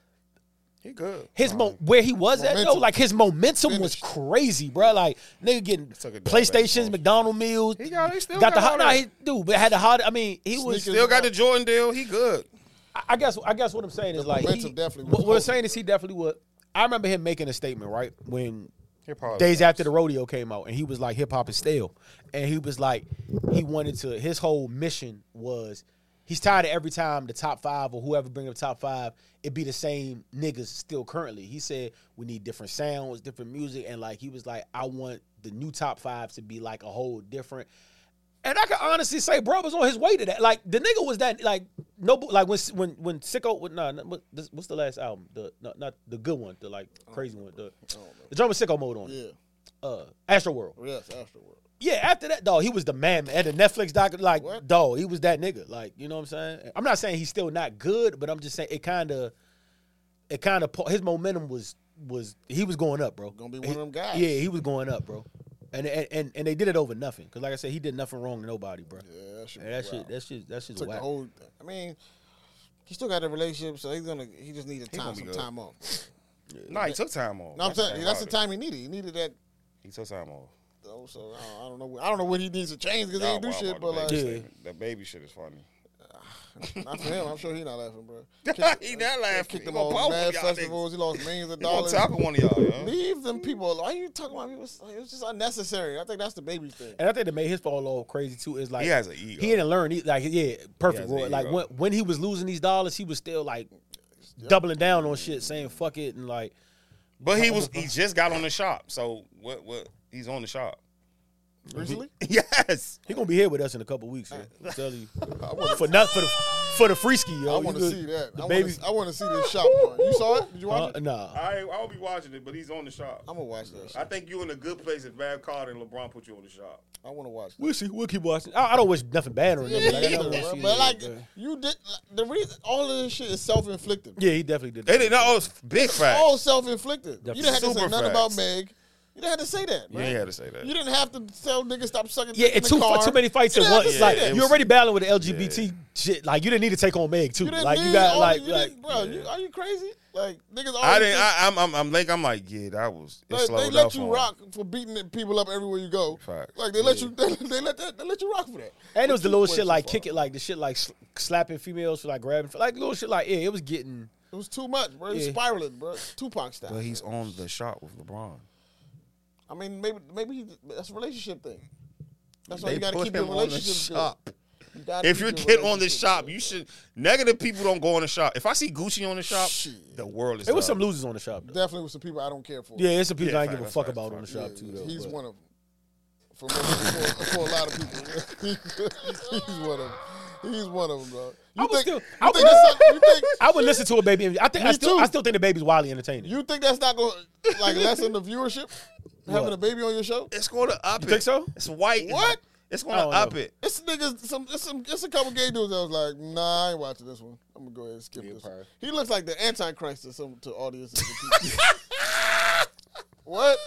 He good.
his
Nah,
mo- where he was at though.
Momentum.
Like his momentum was
Finished.
crazy, bro. Like nigga getting
took a dub back
playstations,
home.
McDonald meals.
He got- he still got
the
all
hot. Nah,
that.
he dude, but had the hot. I mean, he
Sneakers.
was.
Still got the Jordan deal. He good.
I- I guess I guess what I'm saying is like he,
momentum definitely was
what, what I'm
holding,
saying is he definitely would. I remember him making a statement right when
He probably
days after the rodeo came out, and he was like, "Hip hop is stale," and he was like, he wanted to. His whole mission was. He's tired of every time the top five or whoever bring up top five, it be the same niggas still currently. He said we need different sounds, different music, and like he was like, I want the new top five to be like a whole different. And I can honestly say, bro was on his way to that. Like the nigga was that like no like when when when sicko with nah nah, what, this, what's the last album the not, not the good one the like crazy one the the drum with sicko mode on it
Yeah,
uh Astro World
yes, afterward.
yeah after that dog he was the man at the Netflix doc like
What?
dog he was that nigga like you know what I'm saying I'm not saying he's still not good but I'm just saying it kind of it kind of his momentum was was he was going up bro
Gonna be one of them guys.
yeah he was going up bro and and and, and they did it over nothing because like I said he did nothing wrong to nobody bro.
Yeah, that shit.
Yeah, that
was
shit,
wild.
that shit, that shit's
took the
whack.
whole. I mean, he still got a relationship, so he's gonna. He just needed
gonna
time,
be
some
good.
time off.
No, he took time off.
No, I'm saying that's the
hard.
time he needed. He needed that.
He took time off.
Though, so I don't, I don't know. I don't know what he needs to change because he
Nah,
ain't do
wild
shit.
about the
But like,
baby
Yeah.
shit. that baby shit is funny.
not for him. I'm sure he not laughing, bro.
he not laughing.
Kicked
He
them
gonna
off
pop with
mad
y'all
festivals. He lost millions of
He gonna
dollars.
tackle one of y'all.
Mm-hmm.
yo.
Leave them people. alone. Why you talking about people? It's- It's just unnecessary. I think that's the baby thing.
And I think that made his fall off crazy too. Is like
He has an ego.
He didn't learn. He, like yeah, perfect.
He has an
Roy. Like
ego.
when when he was losing these dollars, he was still like doubling down on shit, saying fuck it, and like
But he was he just got on the shop. So what what he's on the shop.
Recently,
Yes.
he gonna be here with us in a couple weeks. yo. I'm telling you, for not for the for the free ski, yo.
I
You
want to
good.
see that.
The
I
baby, Uh,
want to. I want to see this shop. Bro. You saw it? Did you watch
Huh?
it?
nah.
I I'll be watching it, but he's on the shop.
I'm gonna watch that. Shit.
I think you in a good place if Bab Carter and LeBron put you on the shop.
I want to watch. That.
We'll see. We'll keep watching. I, I don't wish nothing bad on him. Like, I don't wanna
Bro,
see
but
it,
like
bro.
you did like, the reason all of this shit is self inflicted.
yeah, he definitely did.
They
that.
didn't know it was
Oh,
big fact.
All self inflicted. You
Definitely.
didn't have to say
Super
nothing about
facts.
Meg. You didn't have to say that.
you
Man.
ain't had to say
You
that.
didn't have to tell niggas stop sucking.
Yeah,
dick in
and
the
too
car.
too many fights
You
at
didn't have
once.
to
like
say that.
it
you
was-
already battling with the LGBT shit. Like you didn't need to take on Meg too.
You didn't
like
need
you got
all
like,
the- you
like
didn't- bro. you, are you crazy? Like niggas.
I
always
didn't.
think-
I, I'm, I'm. I'm. Like. I'm like. Yeah. That was. It
Oh, They,
slowed
they let
up
you
on-
rock for beating the people up everywhere you go.
Facts.
Like they let you, they, they let that, they let you rock for that.
and it was the little
Went too
shit like
far.
kick it like the shit like sl- slapping females for like grabbing like little shit like yeah it was getting
It was too much, bro. It was
Yeah.
spiraling, bro. Tupac style.
But he's on the shop with LeBron.
I mean, maybe maybe he, that's a relationship thing. That's why
They
you gotta
put
keep your
him on the
relationships good.
shop.
You gotta
If
keep
you
your
get on the
relationships
shop,
good.
you should. Negative people don't go on the shop. If I see Gucci on the shop,
Shit.
the world is.
it was some
done.
losers on the shop. Though.
definitely with some people I don't care for.
Yeah, it's some people
Yeah,
I ain't
fact,
give a
that's
fuck
fact,
about on the
fact.
Yeah,
shop too though.
he's
but-
one of them. For, most- for, for a lot of people, he's one of them. He's one of them, bro. You
I was
think,
still-
you,
I
think
was-
that's not, you think
I would listen to a baby. and- I think I
Me
still
too.
I still think the baby's wildly entertaining.
You think that's not going to like lessen the viewership? having a baby on your show?
It's going to up it.
think so?
It's white.
What?
It's going to
I don't
up
know.
it.
It's niggas. Some it's some it's a couple gay dudes. I was like, nah, I ain't watching this one. I'm gonna go ahead and skip this. One.
probably.
He looks like the Antichrist to some to audiences. what?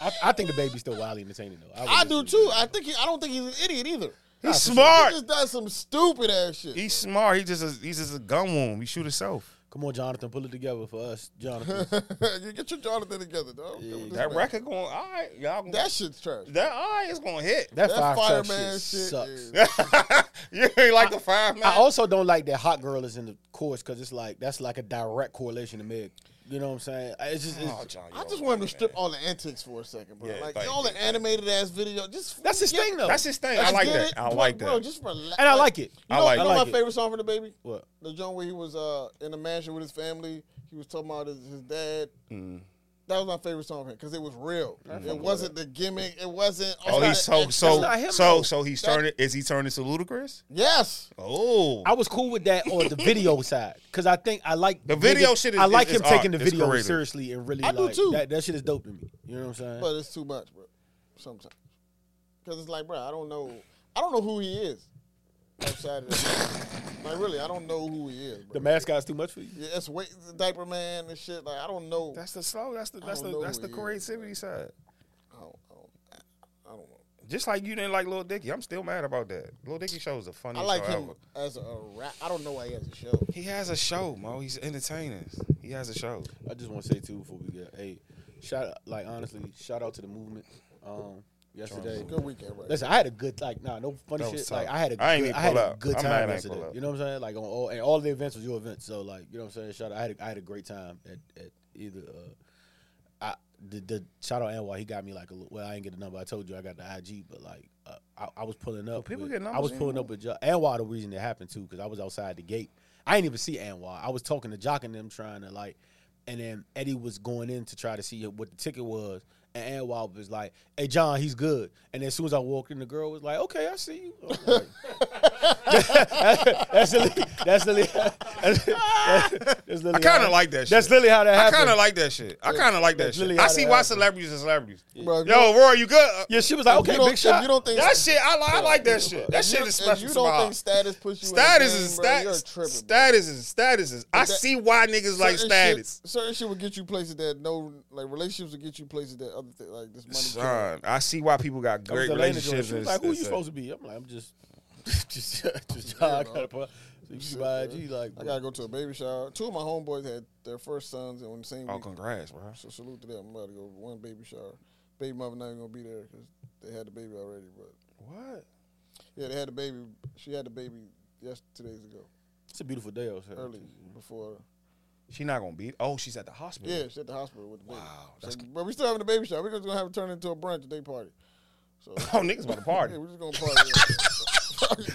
I, I think the baby's still wildly entertaining though. would
I
just-
do too. I think he. I don't think he's an idiot either.
He's
He
smart.
just does some stupid ass shit.
He's smart. He just a, he's just a gun wound. He shoot himself.
Come on, Jonathan, pull it together for us, Jonathan.
you get your Jonathan together, dog.
That record going all right, y'all. That,
That shit's trash.
that all right, it's going to hit.
That,
That
five truck
fireman
shit,
shit,
sucks.
yeah.
you ain't like the fireman.
I also don't like that hot girl is in the course because it's like that's like a direct correlation to Meg. You know what I'm saying? It's just it's,
Oh, John,
I
you
just
all
want him to
right,
strip
man.
all the antics for a second, bro.
Yeah,
like
thank
all
you.
the animated ass video. Just
that's his
forget-
thing though.
That's his thing. I
Let's
like
get
that.
it.
I
Bro,
like
Bro,
that.
just relax.
and I like it.
I
You know,
like
you
it.
know
I like
my
it.
favorite song from the baby?
What?
The joint where he was uh, in the mansion with his family. He was talking about his, his dad.
Mm.
That was my favorite song because it was real. It wasn't the gimmick. It wasn't.
Oh,
that
he's so
extra-
so
not him,
so
though.
so he's turning. Is he turning to ludicrous?
Yes.
Oh,
I was cool with that on the video side because I think I like
The video
niggas-
shit is-
I like
is-
him
is
taking
art.
the
It's
video
creative.
seriously and really.
I do
like,
too.
That, that shit is dope to me. You know what I'm saying?
But it's too much, bro. Sometimes. Because it's like, bro, I don't know. I don't know who he is outside of that. like, really, I don't know who he is, bro.
the mascot's too much for you.
Yeah, it's wait, the diaper man and shit. Like, I don't know.
that's the slow. That's the that's
don't
the
know
that's
who
the
he
creativity side.
I don't, I don't, I don't know.
Just like you didn't like Lil Dicky, I'm still mad about that. Lil Dicky show is the
I
funniest.
like
show
him
ever.
as a rap. I don't know why he has a show.
He has a show, Mo. He's entertaining. He has a show.
I just want to say too before we get hey, shout out like honestly shout out to the movement. Um, yesterday.
Good weekend, right?
Listen, I had a good like nah, no funny
That was
shit.
tough.
Like I had a
I ain't
good,
even
I had
pull
a
up.
good
I'm
time
mad I ain't
yesterday.
pull up.
You know what I'm saying? Like on all and all the events was your events. So like you know what I'm saying. Shout out, I had a, I had a great time at, at either. Uh, I the, the shout out Anwar. He got me like a little- well. I didn't get the number. I told you I got the IG, but like uh, I, I was pulling up.
people
with-
get numbers
I was pulling
anymore?
up with jo- Anwar. The reason it happened too because I was outside the gate. I didn't even see Anwar. I was talking to Jock and them trying to like, and then Eddie was going in to try to see what the ticket was. And Anwar was like, "Hey John, he's good." And as soon as I walked in, the girl was like, "Okay, I see you." I'm like, that's literally, that's literally, that's, that's literally
I kind
how-
of like that. shit.
That's literally how that
I
happened.
kind of like that shit. I kind of like that
That's literally
shit.
how
I
that
see why
happened.
celebrities are celebrities.
Bro, if you
Yo, Roy, you good? Uh,
yeah, she was like,
If you
okay,
don't-
big shot.
If you don't think
That shit, I, li- I like that shit. That shit is
if
special.
you
to
don't
my
think
heart.
status puts you
status
in the game,
is
bro, you're
status.
tripping, bro.
status is status is. I
that-
see why niggas like
Certain
status.
Shit, certain shit would get you places that no, like relationships would get you places that other thing, like this money. can't.
Son, I see why people got
I was
great
at Elena Jordan.
relationships.
She
and
was like, who you
it's-
supposed to be? I'm like, I'm just, just, just John. I gotta put. So you
Shit,
buy
bro.
IG, like,
I gotta go to a baby shower. Two of my homeboys had their first sons on the same
Oh,
week.
congrats, bro.
So salute to them. I'm about to go to one baby shower. Baby mother not even gonna be there because they had the baby already. But
What?
yeah, they had the baby. She had the baby yesterday two days ago,
it's a beautiful day outside.
early before.
She not gonna be. Oh, she's at the hospital.
Yeah, she's at the hospital with the baby.
Wow,
So, but we still having a baby shower. We're just gonna have it turn into a brunch, a day party. So
Oh, niggas about to party.
yeah, we're just gonna party.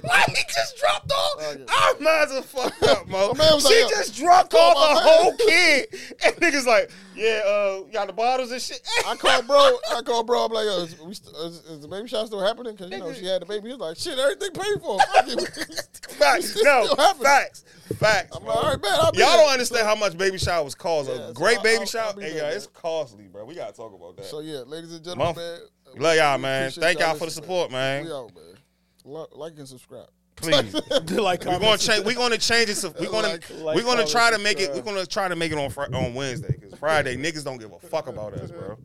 Why he just dropped off?
Fuck it.
Our minds are fucked up, Mo.
Oh, My man was
she
like, yo,
just dropped
I
off
called
a
my man.
whole kid, and niggas like, yeah, uh, y'all the bottles and shit.
I called bro. I called bro. I'm like, yo, is, we st- is, is the baby shower still happening? Because you know she had the baby. He was like, shit, everything paid for. Fuck it.
facts, no,
still happening.
facts, facts.
I'm
bro.
like, all right, man. I'll be
Y'all
there."
don't understand how much baby showers cost.
Yeah,
a
so
great
I'll-
baby
I'll-
shower,
I'll be
hey,
there,
y'all,
man.
it's costly, bro. We gotta talk about that.
So yeah, ladies and gentlemen,
Month.
man,
Love y'all,
we
man.
appreciate
Thank y'all for the
listening.
support, man.
We out, man. Lo- Like and subscribe.
Please.
like,
We're gonna change. We're gonna change it. To, we're gonna
Like-
like
we're gonna
all
try
this
to make it.
stuff.
We're gonna try to make it on Fri on Wednesday because Friday niggas don't give a fuck about us, bro.